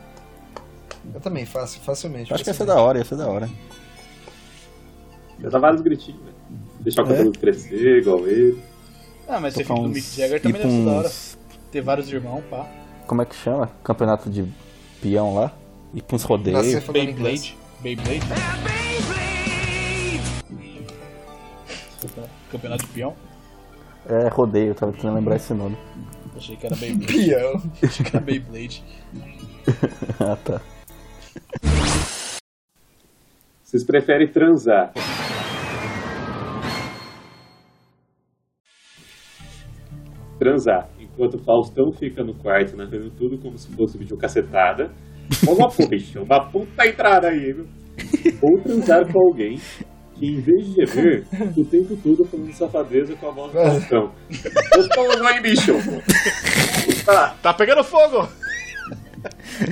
Speaker 2: Eu também, fácil, facilmente.
Speaker 1: Eu acho que é ia ser da
Speaker 2: facilmente.
Speaker 1: hora, ia ser da hora.
Speaker 2: É.
Speaker 3: Já dá vários gritinhos, velho. Deixar o cabelo crescer igual ele.
Speaker 4: Ah, mas ser
Speaker 1: Tocar
Speaker 4: filho do
Speaker 1: uns-
Speaker 4: Mick Jagger
Speaker 1: ir
Speaker 4: também
Speaker 1: pra
Speaker 4: deve ser da hora.
Speaker 1: uns-
Speaker 4: Ter vários irmãos, pá.
Speaker 1: Como é que chama? Campeonato de peão lá? Ir pra uns rodeios.
Speaker 8: Nascer falando inglês.
Speaker 4: Beyblade. Beyblade. Campeonato de peão?
Speaker 1: É, rodeio, eu tava tentando lembrar esse nome.
Speaker 4: Achei que era Beyblade.
Speaker 8: Pião.
Speaker 4: Achei que era Beyblade.
Speaker 1: ah, tá.
Speaker 3: Vocês preferem transar? Transar. Enquanto o Faustão fica no quarto, narrando tudo como se fosse videocacetada. Ó Uma puta, uma puta entrada aí, viu? Ou transar com alguém que, em vez de gemer, o tempo todo falando safadeza com a voz do Faustão. Faustão não é bicho! Tá,
Speaker 9: Tá pegando fogo!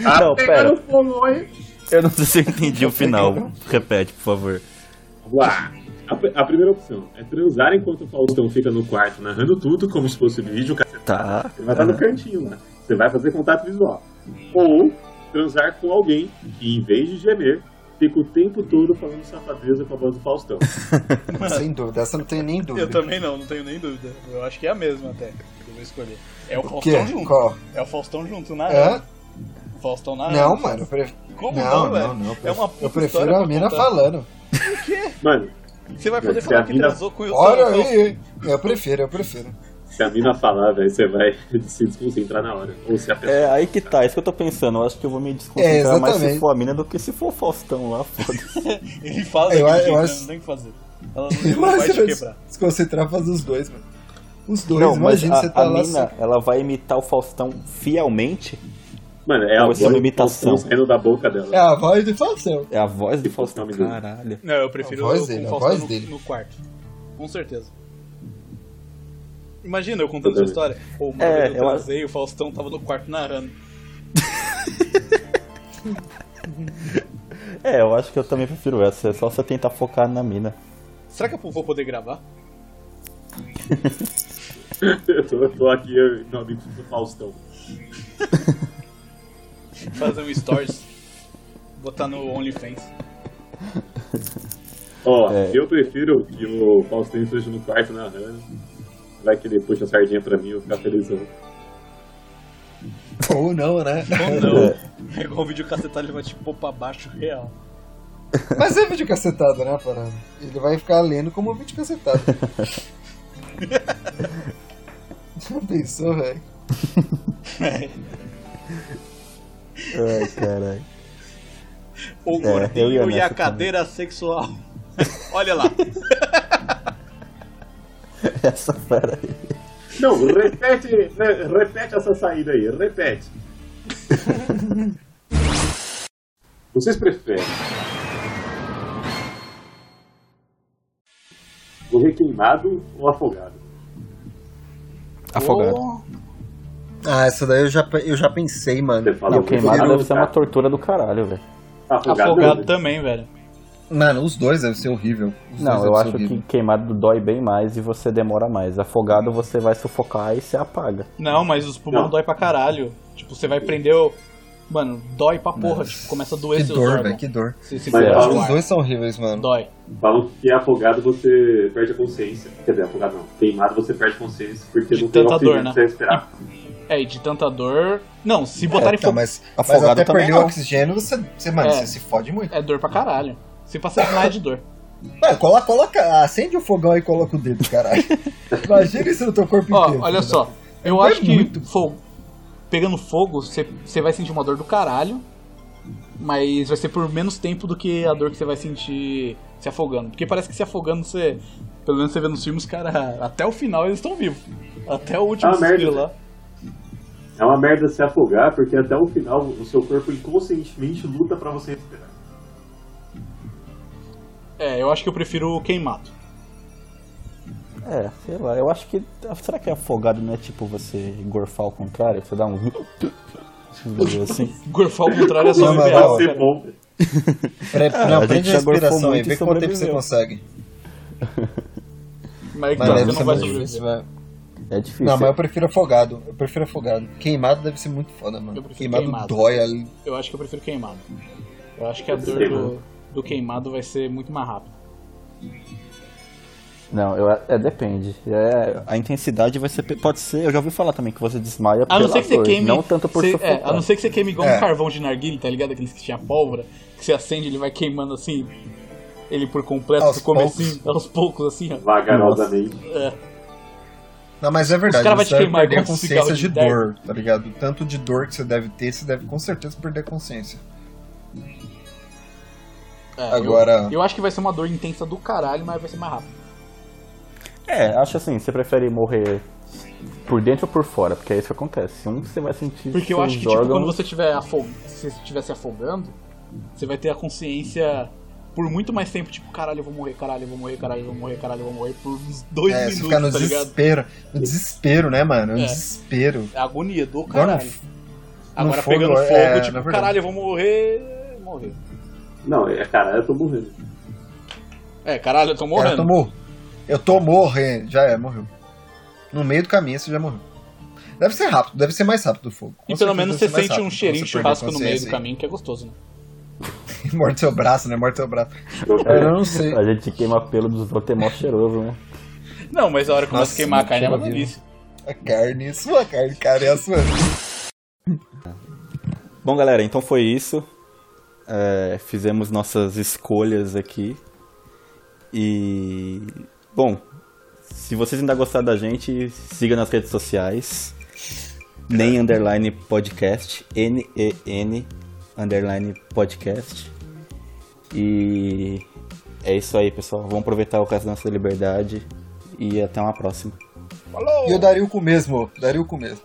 Speaker 3: tá
Speaker 1: Não,
Speaker 3: pegando
Speaker 1: pera.
Speaker 3: fogo aí.
Speaker 1: Eu não sei se eu entendi o final. Repete, por favor.
Speaker 3: Vamos lá. A, pri- a primeira opção é transar enquanto o Faustão fica no quarto narrando tudo como se fosse vídeo. cara.
Speaker 1: Tá.
Speaker 3: Ele vai estar no cantinho lá. Você vai fazer contato visual. Ou transar com alguém que, em vez de gemer, fica o tempo todo falando safadeza com a voz do Faustão.
Speaker 8: Sem dúvida, essa não tem nem dúvida.
Speaker 4: Eu também não, não tenho nem dúvida. Eu acho que é a mesma até. que Eu vou escolher. É o
Speaker 8: O quê?
Speaker 4: Faustão junto.
Speaker 8: Qual?
Speaker 4: É o Faustão junto, na real.
Speaker 8: Hã?
Speaker 4: O Faustão na
Speaker 8: Não,
Speaker 4: real.
Speaker 8: mano. eu pref-
Speaker 4: Como
Speaker 8: Não,
Speaker 4: não,
Speaker 8: não,
Speaker 4: velho?
Speaker 8: não.
Speaker 4: É uma
Speaker 8: Eu
Speaker 4: puta
Speaker 8: prefiro
Speaker 4: história
Speaker 8: a
Speaker 4: pra
Speaker 8: mina
Speaker 4: contar.
Speaker 8: falando.
Speaker 3: Mano,
Speaker 4: Você vai poder
Speaker 3: Se
Speaker 4: falar
Speaker 3: a
Speaker 4: que
Speaker 3: mina-
Speaker 4: transou com o Wilson.
Speaker 8: Olha
Speaker 4: Wilson.
Speaker 8: aí. Eu prefiro, eu prefiro.
Speaker 3: se a mina falar, velho, você vai se desconcentrar na hora. Ou se a pessoa.
Speaker 1: É, aí que tá, isso que eu tô pensando. Eu acho que eu vou me desconcentrar
Speaker 8: É,
Speaker 1: mais se
Speaker 8: exatamente.
Speaker 1: for a mina do que se for o Faustão lá, foda-se.
Speaker 4: Ele fala
Speaker 8: Eu
Speaker 4: daquele
Speaker 8: acho-
Speaker 4: jeito,
Speaker 8: eu
Speaker 4: né?
Speaker 8: acho-
Speaker 4: não tem o que fazer. Ela
Speaker 8: Eu
Speaker 4: não, não vai
Speaker 8: acho
Speaker 4: te
Speaker 8: que
Speaker 4: quebrar.
Speaker 8: Se concentrar fazer os dois, mano. Os dois,
Speaker 1: Não, mas
Speaker 8: imagina
Speaker 1: a,
Speaker 8: você tá
Speaker 1: a
Speaker 8: lá.
Speaker 1: mina, ela vai imitar o Faustão fielmente.
Speaker 3: Mano, é a
Speaker 1: Ou
Speaker 3: voz
Speaker 1: se é uma
Speaker 3: do
Speaker 1: imitação.
Speaker 3: Faustão saindo da boca dela.
Speaker 8: É a voz do Faustão.
Speaker 1: É a voz do
Speaker 3: Que Faustão,
Speaker 1: Faustão.
Speaker 3: menino.
Speaker 1: Caralho.
Speaker 4: Não, eu prefiro
Speaker 8: A voz
Speaker 4: eu
Speaker 8: dele,
Speaker 4: com
Speaker 8: a
Speaker 4: o Faustão
Speaker 8: voz
Speaker 4: no,
Speaker 8: dele.
Speaker 4: no quarto. Com certeza. Imagina eu contando essa
Speaker 3: Também.
Speaker 4: história. Ou uma
Speaker 1: É,
Speaker 4: vez eu
Speaker 1: eu-
Speaker 4: transei, o Faustão tava no quarto narrando.
Speaker 1: É, eu acho que eu também prefiro essa. É só você tentar focar na mina.
Speaker 4: Será que eu vou poder gravar?
Speaker 3: Eu tô, eu tô aqui, eu, meu amigo do Faustão.
Speaker 4: Fazer um stories? Botar no OnlyFans?
Speaker 3: Ó,
Speaker 1: É.
Speaker 3: eu prefiro que o Faustão esteja no quarto narrando. Vai que ele puxa a sardinha pra mim, eu ficar felizão.
Speaker 8: Ou não, né?
Speaker 4: Ou não? É igual o vídeo cacetado, ele vai te pôr pra baixo real.
Speaker 8: Mas é vídeo cacetado, né, parada? Ele vai ficar lendo como vídeo cacetado. Já pensou, velho?
Speaker 4: É.
Speaker 1: Ai, caralho.
Speaker 4: O
Speaker 1: É, eu ia
Speaker 4: gordinho e a
Speaker 1: nessa
Speaker 4: cadeira sexual. Olha lá.
Speaker 1: Essa fera aí.
Speaker 3: Não, repete, re- repete essa saída aí, repete. Vocês preferem? Morrer queimado ou afogado?
Speaker 1: Afogado.
Speaker 2: Ah, essa daí eu já, pe- eu já pensei, mano.
Speaker 3: Você fala
Speaker 1: Não, queimado
Speaker 3: eu
Speaker 1: deve ser uma
Speaker 3: afogado.
Speaker 1: tortura do caralho, velho.
Speaker 3: Afogado, né?
Speaker 4: Afogado
Speaker 3: não,
Speaker 4: também, velho.
Speaker 2: Mano, os dois devem ser horrível. Os
Speaker 1: Não, eu
Speaker 2: dois devem ser
Speaker 1: acho que
Speaker 2: horrível.
Speaker 1: queimado dói bem mais e você demora mais. Afogado você vai sufocar e você apaga.
Speaker 4: Não, mas os pulmões
Speaker 3: Não.
Speaker 4: dói pra caralho. Tipo, você vai prender o. Mano, dói pra porra. Tipo, começa a doer
Speaker 2: Que
Speaker 4: seus
Speaker 2: dor,
Speaker 4: órgãos.
Speaker 2: velho, que dor.
Speaker 4: Você se
Speaker 3: Mas
Speaker 4: perde
Speaker 3: fala-
Speaker 4: o
Speaker 8: Os
Speaker 4: ar.
Speaker 8: dois são horríveis, mano.
Speaker 4: Dói.
Speaker 3: Falam que afogado você perde a consciência. Quer dizer, afogado não. Queimado você perde a consciência porque
Speaker 4: De
Speaker 3: não tem
Speaker 4: tanta
Speaker 3: oxigênio
Speaker 4: dor,
Speaker 3: pra
Speaker 4: né?
Speaker 3: você respirar.
Speaker 4: É, e de tanta dor. Não, se
Speaker 2: É,
Speaker 4: botarem
Speaker 2: tá,
Speaker 4: fogo.
Speaker 2: mas, mas
Speaker 1: Afogado
Speaker 2: até
Speaker 1: também
Speaker 2: perder
Speaker 1: não.
Speaker 2: o oxigênio, você, você, mano,
Speaker 4: É.
Speaker 2: você se fode muito.
Speaker 4: É dor pra caralho. Se passar nada é de dor.
Speaker 2: Mano, coloca, coloca, acende o fogão e coloca o dedo, caralho. Imagina isso no teu corpo
Speaker 4: Ó,
Speaker 2: inteiro.
Speaker 4: olha só. Eu
Speaker 2: Dói
Speaker 4: acho que
Speaker 2: É muito.
Speaker 4: fogo. Pegando fogo, você você vai sentir uma dor do caralho. Mas vai ser por menos tempo do que a dor que você vai sentir se afogando. Porque parece que se afogando você. Pelo menos você vê nos filmes, cara, até o final eles estão vivos. Até o último
Speaker 3: Ah, merda.
Speaker 4: suspiro lá.
Speaker 3: É uma merda se afogar porque até o final o seu corpo inconscientemente luta pra você respirar.
Speaker 4: É, eu acho que eu prefiro o queimado.
Speaker 1: É, sei lá, eu acho que. Será que afogado não é tipo você engorfar ao contrário? Você dá um. assim?
Speaker 4: Gorfar ao contrário é só
Speaker 2: Não, mas
Speaker 4: liberar,
Speaker 2: não,
Speaker 4: cara.
Speaker 3: Ser bom,
Speaker 2: Pre-
Speaker 1: É, a
Speaker 2: não,
Speaker 1: gente
Speaker 2: prende a
Speaker 1: já gorfou
Speaker 2: respiração aí,
Speaker 1: muito e
Speaker 2: vê quanto tempo você
Speaker 1: sobreviveu.
Speaker 2: consegue.
Speaker 4: Mas,
Speaker 2: Mano,
Speaker 4: então,
Speaker 2: deve
Speaker 4: você
Speaker 2: ser muito
Speaker 4: não vai sobreviver.
Speaker 2: difícil, velho.
Speaker 1: É difícil.
Speaker 2: Não, mas eu prefiro afogado. Eu prefiro afogado. Queimado deve ser muito foda, mano.
Speaker 4: Eu prefiro
Speaker 2: Queimado,
Speaker 4: queimado.
Speaker 2: dói ali.
Speaker 4: Eu acho que eu prefiro queimado. Eu acho que a dor
Speaker 3: Queimado.
Speaker 4: do, do queimado vai ser muito mais rápida.
Speaker 1: Não, eu, é, depende. É, a intensidade vai ser. pe- Pode ser. Eu já ouvi falar também que você desmaia
Speaker 4: A
Speaker 1: pela
Speaker 4: não ser que você
Speaker 1: dor,
Speaker 4: queime.
Speaker 1: não tanto por
Speaker 4: você- é,
Speaker 1: sufocar.
Speaker 4: a não ser que você queime igual
Speaker 2: É.
Speaker 4: um carvão de narguilha, tá ligado? Aqueles que tinha pólvora, que você acende ele vai queimando assim. Ele por completo,
Speaker 2: Aos
Speaker 4: do comecinho, aos poucos, assim, ó.
Speaker 3: Vagarosamente.
Speaker 2: Não, mas é verdade.
Speaker 4: Os cara vai
Speaker 2: você
Speaker 4: te
Speaker 2: deve
Speaker 4: queimar
Speaker 2: perder a
Speaker 4: com um cigarro
Speaker 2: consciência de
Speaker 4: de terra.
Speaker 2: dor, tá ligado? O Tanto de dor que você deve ter, você deve com certeza perder a consciência.
Speaker 4: É,
Speaker 2: Agora-
Speaker 4: Eu, eu acho que vai ser uma dor intensa do caralho, mas vai ser mais rápido.
Speaker 1: É, acho assim, você prefere morrer por dentro ou por fora, porque é isso que acontece. Um você vai sentir
Speaker 4: Porque eu
Speaker 1: seus
Speaker 4: acho que, tipo,
Speaker 1: órgãos...
Speaker 4: quando você estiver afog... se você estiver se afogando, você vai ter a consciência por muito mais tempo, tipo, caralho, eu vou morrer, caralho, eu vou morrer, caralho, eu vou morrer, caralho, eu vou morrer, por uns dois
Speaker 2: É, você fica no
Speaker 4: minutos, tá ligado?
Speaker 2: desespero. No desespero, né, mano? No
Speaker 4: É.
Speaker 2: desespero.
Speaker 4: É agonia do
Speaker 2: Agora,
Speaker 4: caralho. Agora
Speaker 2: fogo,
Speaker 4: pegando fogo,
Speaker 2: é, na
Speaker 4: tipo,
Speaker 2: verdade.
Speaker 4: caralho, eu vou morrer. Morrer.
Speaker 3: Não, é, cara, eu tô morrendo.
Speaker 4: É, caralho, eu tô
Speaker 2: Cara,
Speaker 4: morrendo.
Speaker 2: eu tô mor- Eu tô morrendo. Já é, morreu. No meio do caminho você já morreu. Deve ser rápido, deve ser mais rápido o fogo. Com
Speaker 4: E pelo
Speaker 2: certeza
Speaker 4: menos você
Speaker 2: deve ser mais
Speaker 4: sente um
Speaker 2: rápido,
Speaker 4: cheirinho de
Speaker 2: você perder
Speaker 4: churrasco no meio
Speaker 2: consciência
Speaker 4: do caminho, que é gostoso, né?
Speaker 2: e Morde seu braço, né? Morde seu braço.
Speaker 3: Eu tô-
Speaker 2: Cara, eu não sei.
Speaker 1: A gente queima pelo dos outros é mó cheiroso, né?
Speaker 4: Não, mas a hora que começa
Speaker 2: Nossa,
Speaker 4: a queimar a
Speaker 2: que
Speaker 4: carne é uma
Speaker 2: maravilha.
Speaker 4: delícia.
Speaker 2: A carne, sua carne, cara, é a sua.
Speaker 1: Bom, galera, então foi isso. É, fizemos nossas escolhas aqui. E. Bom, se vocês ainda gostaram da gente, siga nas redes sociais. Nem underline podcast. N-E-N underline podcast. E. É isso aí, pessoal. Vamos aproveitar o resto da nossa liberdade. E até uma próxima.
Speaker 2: E eu daria o cu mesmo, daria o cu mesmo.